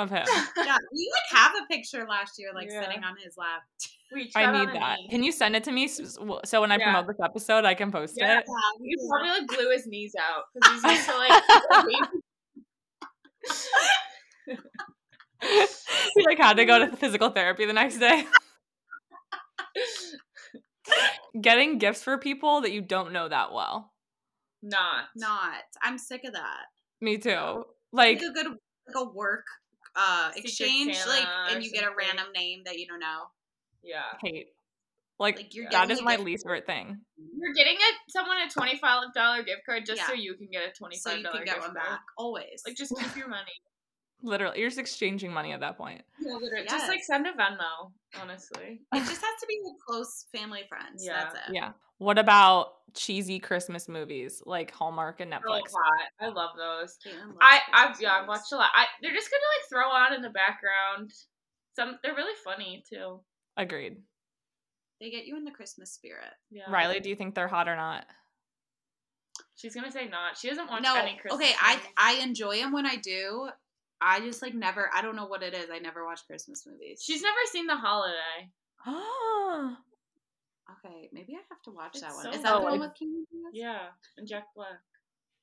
of him.
yeah. We like have a picture last year, like
Yeah.
sitting on his lap.
We
I
trod on
need
a
that.
knee.
Can you send it to me s- w- so when I
Yeah.
promote this episode I can post
Yeah.
it?
Yeah,
You
we
probably like blew his knees out because he's used to like.
he like had to go to physical therapy the next day. Getting gifts for people that you don't know that well.
not.
not. I'm sick of that.
Me too.
Like
Like
a good like a work uh
Secret
exchange,
Santa
like
or
and you get a
something.
random name that you don't know.
Yeah.
hate. Like,
Like you're
that
getting
is
a
my
gift-
least favorite thing.
You're getting a, someone a twenty five dollar gift card just
Yeah.
so you can get a twenty
so
five
you
dollar
can
gift
get
card.
one back. Always.
Like just keep your money.
Literally, you're just exchanging money at that point.
No, literally, Just like
Yes.
send a Venmo, honestly.
it just has to be with close family friends.
Yeah.
That's it.
Yeah. What about cheesy Christmas movies like Hallmark and
Oh,
Netflix?
hot. I love those.
Caitlin loves
I I've
Christmas
yeah, I've
movies.
watched a lot. I, they're just gonna like throw on in the background. Some they're really funny too.
Agreed.
They get you in the Christmas spirit.
Yeah.
Riley, do you think they're hot or not?
She's gonna say not. She doesn't watch
No,
any Christmas.
okay. I
movies.
I enjoy them when I do. I just like never. I don't know what it is. I never watch Christmas movies.
She's never seen the holiday.
okay. Maybe I have to watch
It's
that one.
so
is that the
good.
one with King?
Yeah. And Jack Black.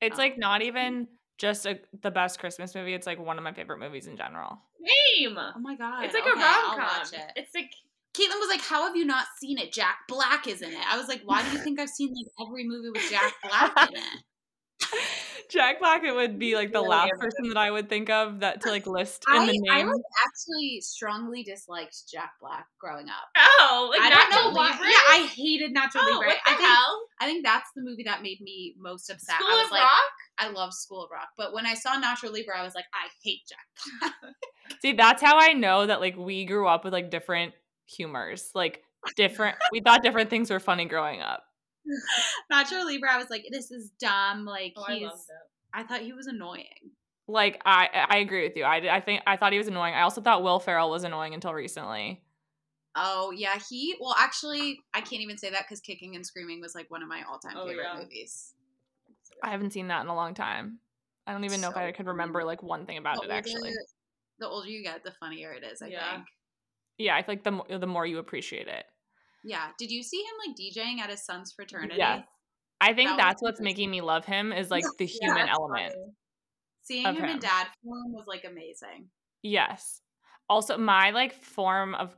it's
Oh.
like not even just a, the best Christmas movie. It's like one of my favorite movies in general.
Name.
Oh my god.
It's like
okay,
a rom
I'll
com.
watch it.
It's like
Caitlin was like, "How have you not seen it? Jack Black is in it." I was like, "Why do you think I've seen like every movie with Jack Black in it?"
Jack Black, it would be like the
Really
last
am.
person that I would think of that to like list in
I,
the
I
name.
like actually strongly disliked Jack Black growing up.
oh, like
I
not
don't know why.
Libre?
Yeah, I hated Nacho
oh,
Libre.
what the
I think,
hell?
I think that's the movie that made me most upset. I
School
was
of
like,
Rock.
I love School of Rock, but when I saw Nacho Libre, I was like, I hate Jack. Black.
See, that's how I know that like we grew up with like different humors, like different. we thought different things were funny growing up.
Nacho Libre, I was like, this is dumb. Like
"Oh,
he's, I, thought he was annoying.
Like I, I agree with you. I, I think I thought he was annoying. I also thought Will Ferrell was annoying until recently.
Oh yeah, he. Well, actually, I can't even say that because Kicking and Screaming was like one of my all-time
Oh,
favorite
yeah.
movies.
I haven't seen that in a long time. I don't even know if
So
I could remember like one thing about it
older-
actually.
the older you get, the funnier it is. I
Yeah.
think.
Yeah, I feel like the mo- the more you appreciate it.
Yeah. Did you see him like DJing at his son's fraternity?
Yes. I think
That was
that's what's
interesting.
making me love him is like
Yeah,
the
Yeah,
human
that's
element.
funny.
Seeing
Of
him, in
him.
dad form was like amazing.
Yes. Also, my like form of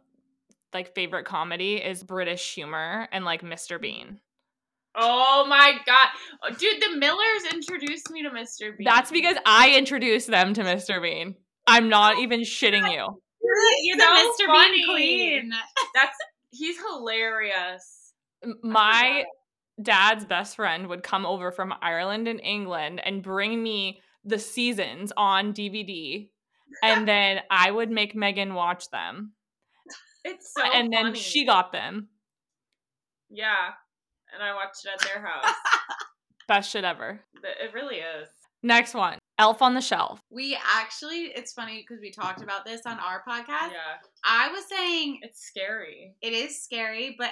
like favorite comedy is British humor and like Mr. Bean.
Oh my god, Oh, dude! The Millers introduced me to Mr. Bean.
That's because I introduced them to Mr. Bean. I'm
Oh,
not even shitting you.
you
The
know,
Mr.
funny.
Bean queen.
That's he's hilarious.
M- My dad's best friend would come over from Ireland and England and bring me the seasons on DVD. And then I would make Megan watch them.
It's so
and then
funny.
she got them.
yeah, and I watched it at their house.
Best shit ever.
But it really is.
Next one Elf on the Shelf.
We actually, it's funny because we talked about this on our podcast.
Yeah,
I was saying
it's scary.
it is scary, but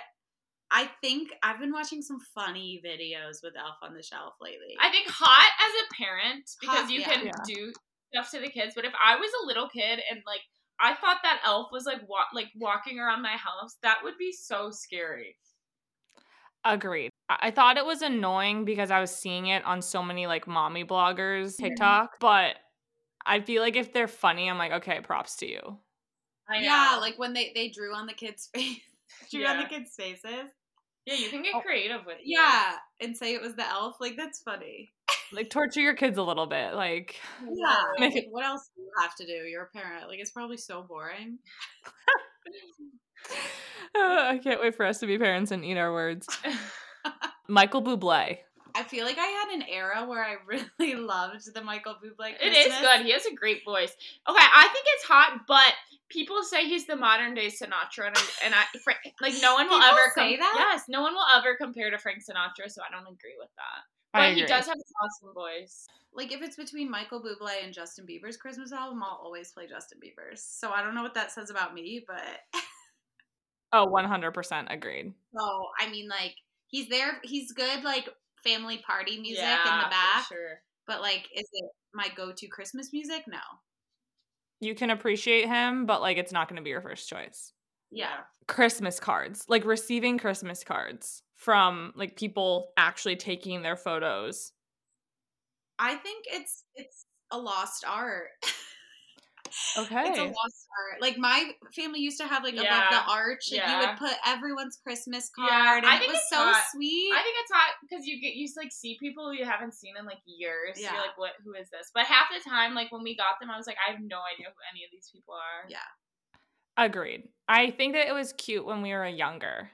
I think I've been watching some funny videos with Elf on the Shelf lately.
I think hot as a parent because
Hot,
you
yeah.
can
Yeah.
do stuff to the kids. But if I was a little kid and like I thought that elf was like wa- like walking around my house, that would be so scary.
Agreed. I I thought it was annoying because I was seeing it on so many like mommy
Mm-hmm.
bloggers,
Mhm.
TikTok, but I feel like if they're funny, I'm like, okay, props to you.
I
yeah,
know.
like when they they drew on the kids' face, drew on the
Yeah.
kids' faces.
yeah, you can get
Oh.
creative with these.
Yeah, and say it was the elf. Like that's funny.
Like torture your kids a little bit. Like
Yeah.
Make
like, what else do you have to do? You're a parent. Like it's probably so boring.
I can't wait for us to be parents and eat our words. Michael Bublé.
I feel like I had an era where I really loved the Michael Bublé.
It is
Christmas.
good. He has a great voice. Okay, I think it's hot, but people say he's the modern day Sinatra, and I, and I Fra- like no one will
People
ever
say
com-
that?
Yes, no one will ever compare to Frank Sinatra, so I don't agree with that. But
I
he
agree.
does have an awesome voice.
Like if it's between Michael Bublé and Justin Bieber's Christmas album, I'll always play Justin Bieber's. So I don't know what that says about me, but
Oh, 100% agreed.
so I mean, like he's there. He's good, like family party music in
Yeah,
the
for
back.
Sure.
But like, is it my go-to Christmas music? No.
You can appreciate him, but like it's not going to be your first choice.
Yeah.
Christmas cards, like receiving Christmas cards from like people actually taking their photos.
I think it's it's a lost art.
Okay.
It's a lost art. Like my family used to have like
Yeah.
above the arch, like you
Yeah.
would put everyone's Christmas
Yeah,
card, and
I
it
think
was
it's
so
hot.
sweet.
I think it's hot because you get you like see people you haven't seen in like years.
Yeah.
You're like, what? Who is this? But half the time, like when we got them, I was like, I have no idea who any of these people are.
Yeah.
Agreed. I think that it was cute when we were younger.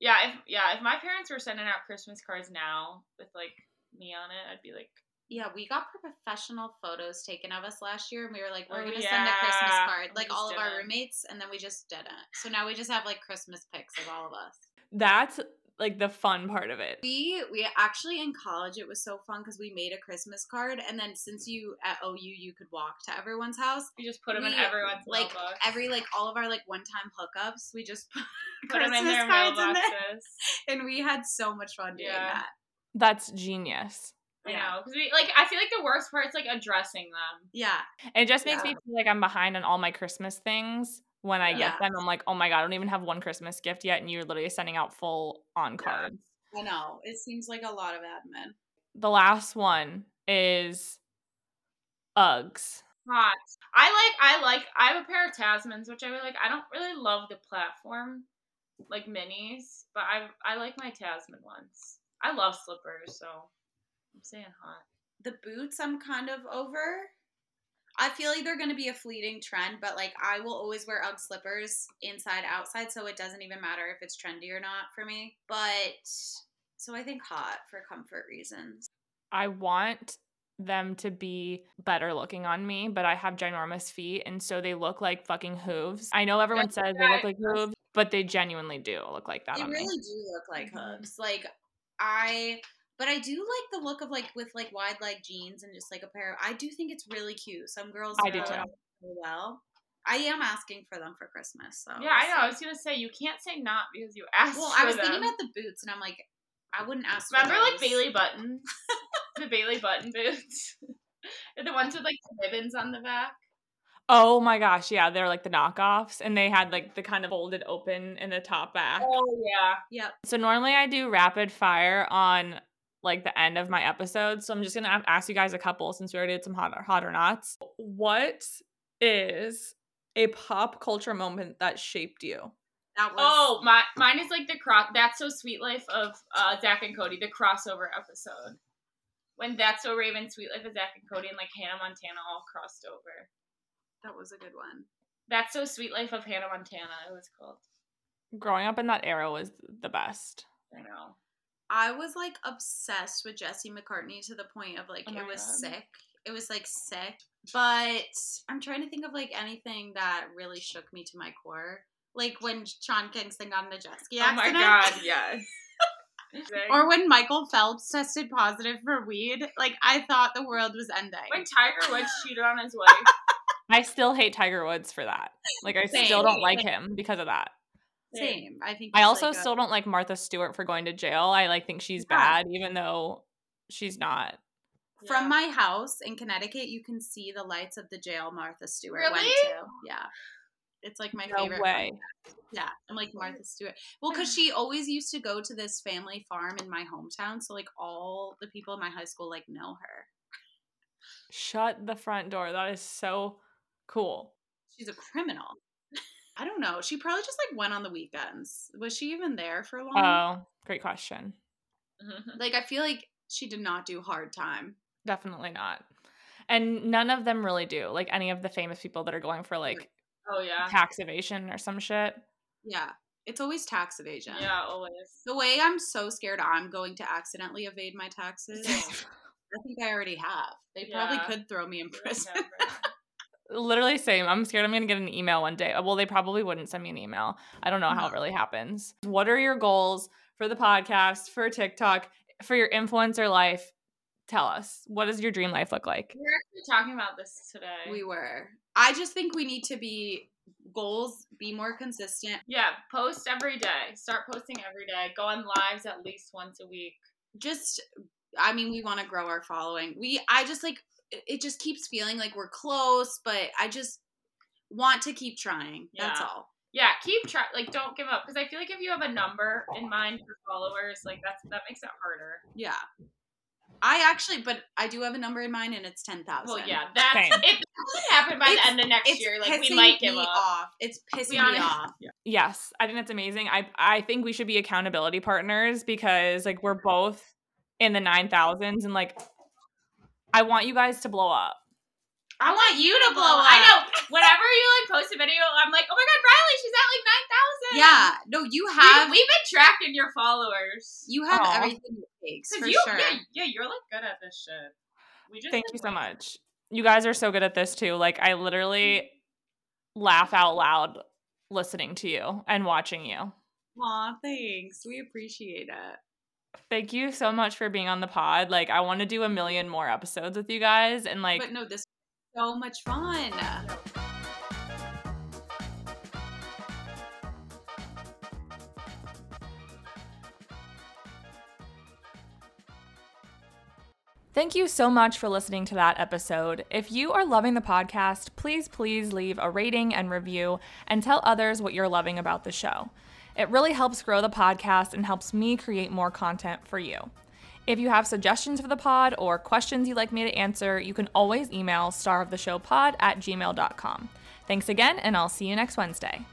Yeah, if yeah, if my parents were sending out Christmas cards now with like me on it, I'd be like,
yeah, we got professional photos taken of us last year, and we were like, we're
Oh,
gonna send a Christmas
yeah.
card,
And we
like
just
all of our
didn't.
roommates, and then we just didn't. So now we just have like Christmas pics of all of us.
That's like the fun part of it.
We we actually in college it was so fun because we made a Christmas card, and then since you at OU you could walk to everyone's house.
you just put them in
We,
everyone's
like
mailbox.
every like all of our like one time hookups, we just put
put 'em
Christmas
in their
cards in there,
mailboxes.
and we had so much fun doing
Yeah.
that.
That's genius.
I
Yeah.
know, because we like I feel like the worst part's like addressing them.
Yeah,
It just makes
Yeah.
me feel like I'm behind on all my Christmas things. When I
Yeah.
get them, I'm like, oh my God, I don't even have one Christmas gift yet. And you're literally sending out full on cards.
I know. It seems like a lot of admin.
The last one is Uggs.
Hot. I like I like I have a pair of Tasmans, which I would like I don't really love the platform like minis, but I I like my Tasman ones. I love slippers, so I'm saying hot.
The boots, I'm kind of over. I feel like they're going to be a fleeting trend, but like I will always wear UGG slippers inside outside, so it doesn't even matter if it's trendy or not for me. But so I think hot for comfort reasons.
I want them to be better looking on me, but I have ginormous feet. And so they look like fucking hooves. I know everyone
That's
says they look
okay.
like hooves, but they genuinely do look like that
They
on
really
me.
do look like
Mhm.
hooves. Like I, but I do like the look of like with like wide leg jeans and just like a pair. Of, I do think it's really cute. Some girls
I do
know
too.
it really well. I am asking for them for Christmas. So
yeah, I know. I
Oh, we'll see.
was gonna say you can't say not because you asked.
Well,
for
I was
them.
thinking about the boots, and I'm like, I wouldn't ask. for
Remember like
those.
Bailey Buttons? the Bailey Button boots? the ones with like the ribbons on the back?
Oh my gosh. Yeah. They're like the knockoffs. And they had like the kind of folded open in the top back.
Oh yeah.
Yep.
So normally I do rapid fire on like the end of my episode. So I'm just gonna a- ask you guys a couple since we already did some hot or, hot or nots. What is a pop culture moment that shaped you?
That was.
Oh my mine is like the cross that's so sweet life of uh Zach and Cody, the crossover episode. When that's so Raven, Sweet Life of Zach and Cody and like Hannah Montana all crossed over.
that was a good one.
That's so Sweet Life of Hannah Montana, it was called.
Growing up in that era was the best.
I know.
I was like obsessed with Jesse McCartney to the point of like
Oh my
it was
God.
sick. It was like sick. But I'm trying to think of like anything that really shook me to my core. Like when Sean Kingston got in a jet ski
oh my
accident.
god, yes.
Or when Michael Phelps tested positive for weed, like I thought the world was ending.
when Tiger Woods cheated on his wife.
I still hate Tiger Woods for that. Like I still
Same.
don't like him because of that.
Same. I think.
I
it's,
also
like, a-
still don't like Martha Stewart for going to jail. I like think she's
Yeah.
bad even though she's not.
From
Yeah.
my house in Connecticut, you can see the lights of the jail Martha Stewart went
Really?
to. Yeah. It's like my
No
favorite.
way.
Yeah. I'm like Martha Stewart. Well, because she always used to go to this family farm in my hometown. So, like, all the people in my high school, like, know her.
Shut the front door. That is so cool.
She's a criminal. I don't know. She probably just, like, went on the weekends. Was she even there for long?
Oh, great question.
Mm-hmm. Oh.
Like, I feel like she did not do hard time.
Definitely not. And none of them really do. Like any of the famous people that are going for like
oh yeah.
tax evasion or some shit.
Yeah. It's always tax evasion.
Yeah, always.
The way I'm so scared I'm going to accidentally evade my taxes.
Mm-hmm.
I think I already have. They
Yeah.
probably could throw me in
You're
prison.
okay, right?
Literally, same. I'm scared I'm going to get an email one day. Well, they probably wouldn't send me an email. I don't know how it really happens. What are your goals for the podcast, for TikTok, for your influencer life? Tell us. What does your dream life look like?
We We're actually talking about this today.
We were. I just think we need to be goals, be more consistent.
yeah, post every day. Start posting every day. Go on lives at least once a week.
Just I mean, we want to grow our following. We I just like it it just keeps feeling like we're close, but I just want to keep trying. That's
Yeah.
all.
Yeah, keep trying. Like, don't give up because I feel like if you have a number in mind for followers, like that's that makes it harder.
Yeah. I actually but I do have a number in mind and it's 10,000.
Well, yeah, that's
Same.
if that could happen by
It's-
the end of next
It's
year. Like, we
pissing
might give
me
up.
off. It's pissing
We
me
honest-
off.
Yes, I think that's amazing. I I think we should be accountability partners because like we're both in the 9000s and like I want you guys to blow up.
I want you to blow up.
I know. Whenever you like post a video, I'm like, oh my god, Riley, she's at like nine thousand.
Yeah. No, you have
we, have been tracking your followers.
you have
Aw.
everything it takes
Cause
for
you,
sure.
yeah, yeah, you're like good at this shit. We just
Thank
like,
you so
wait.
much. You guys are so good at this too. Like I literally laugh out loud listening to you and watching you.
Aw, thanks. We appreciate it.
Thank you so much for being on the pod. Like I want to do a million more episodes with you guys and like
but no, this was so much fun.
Thank you so much for listening to that episode. If you are loving the podcast, please, please leave a rating and review and tell others what you're loving about the show. It really helps grow the podcast and helps me create more content for you. If you have suggestions for the pod or questions you'd like me to answer, you can always email staroftheshowpod at gmail.com. Thanks again, and I'll see you next Wednesday.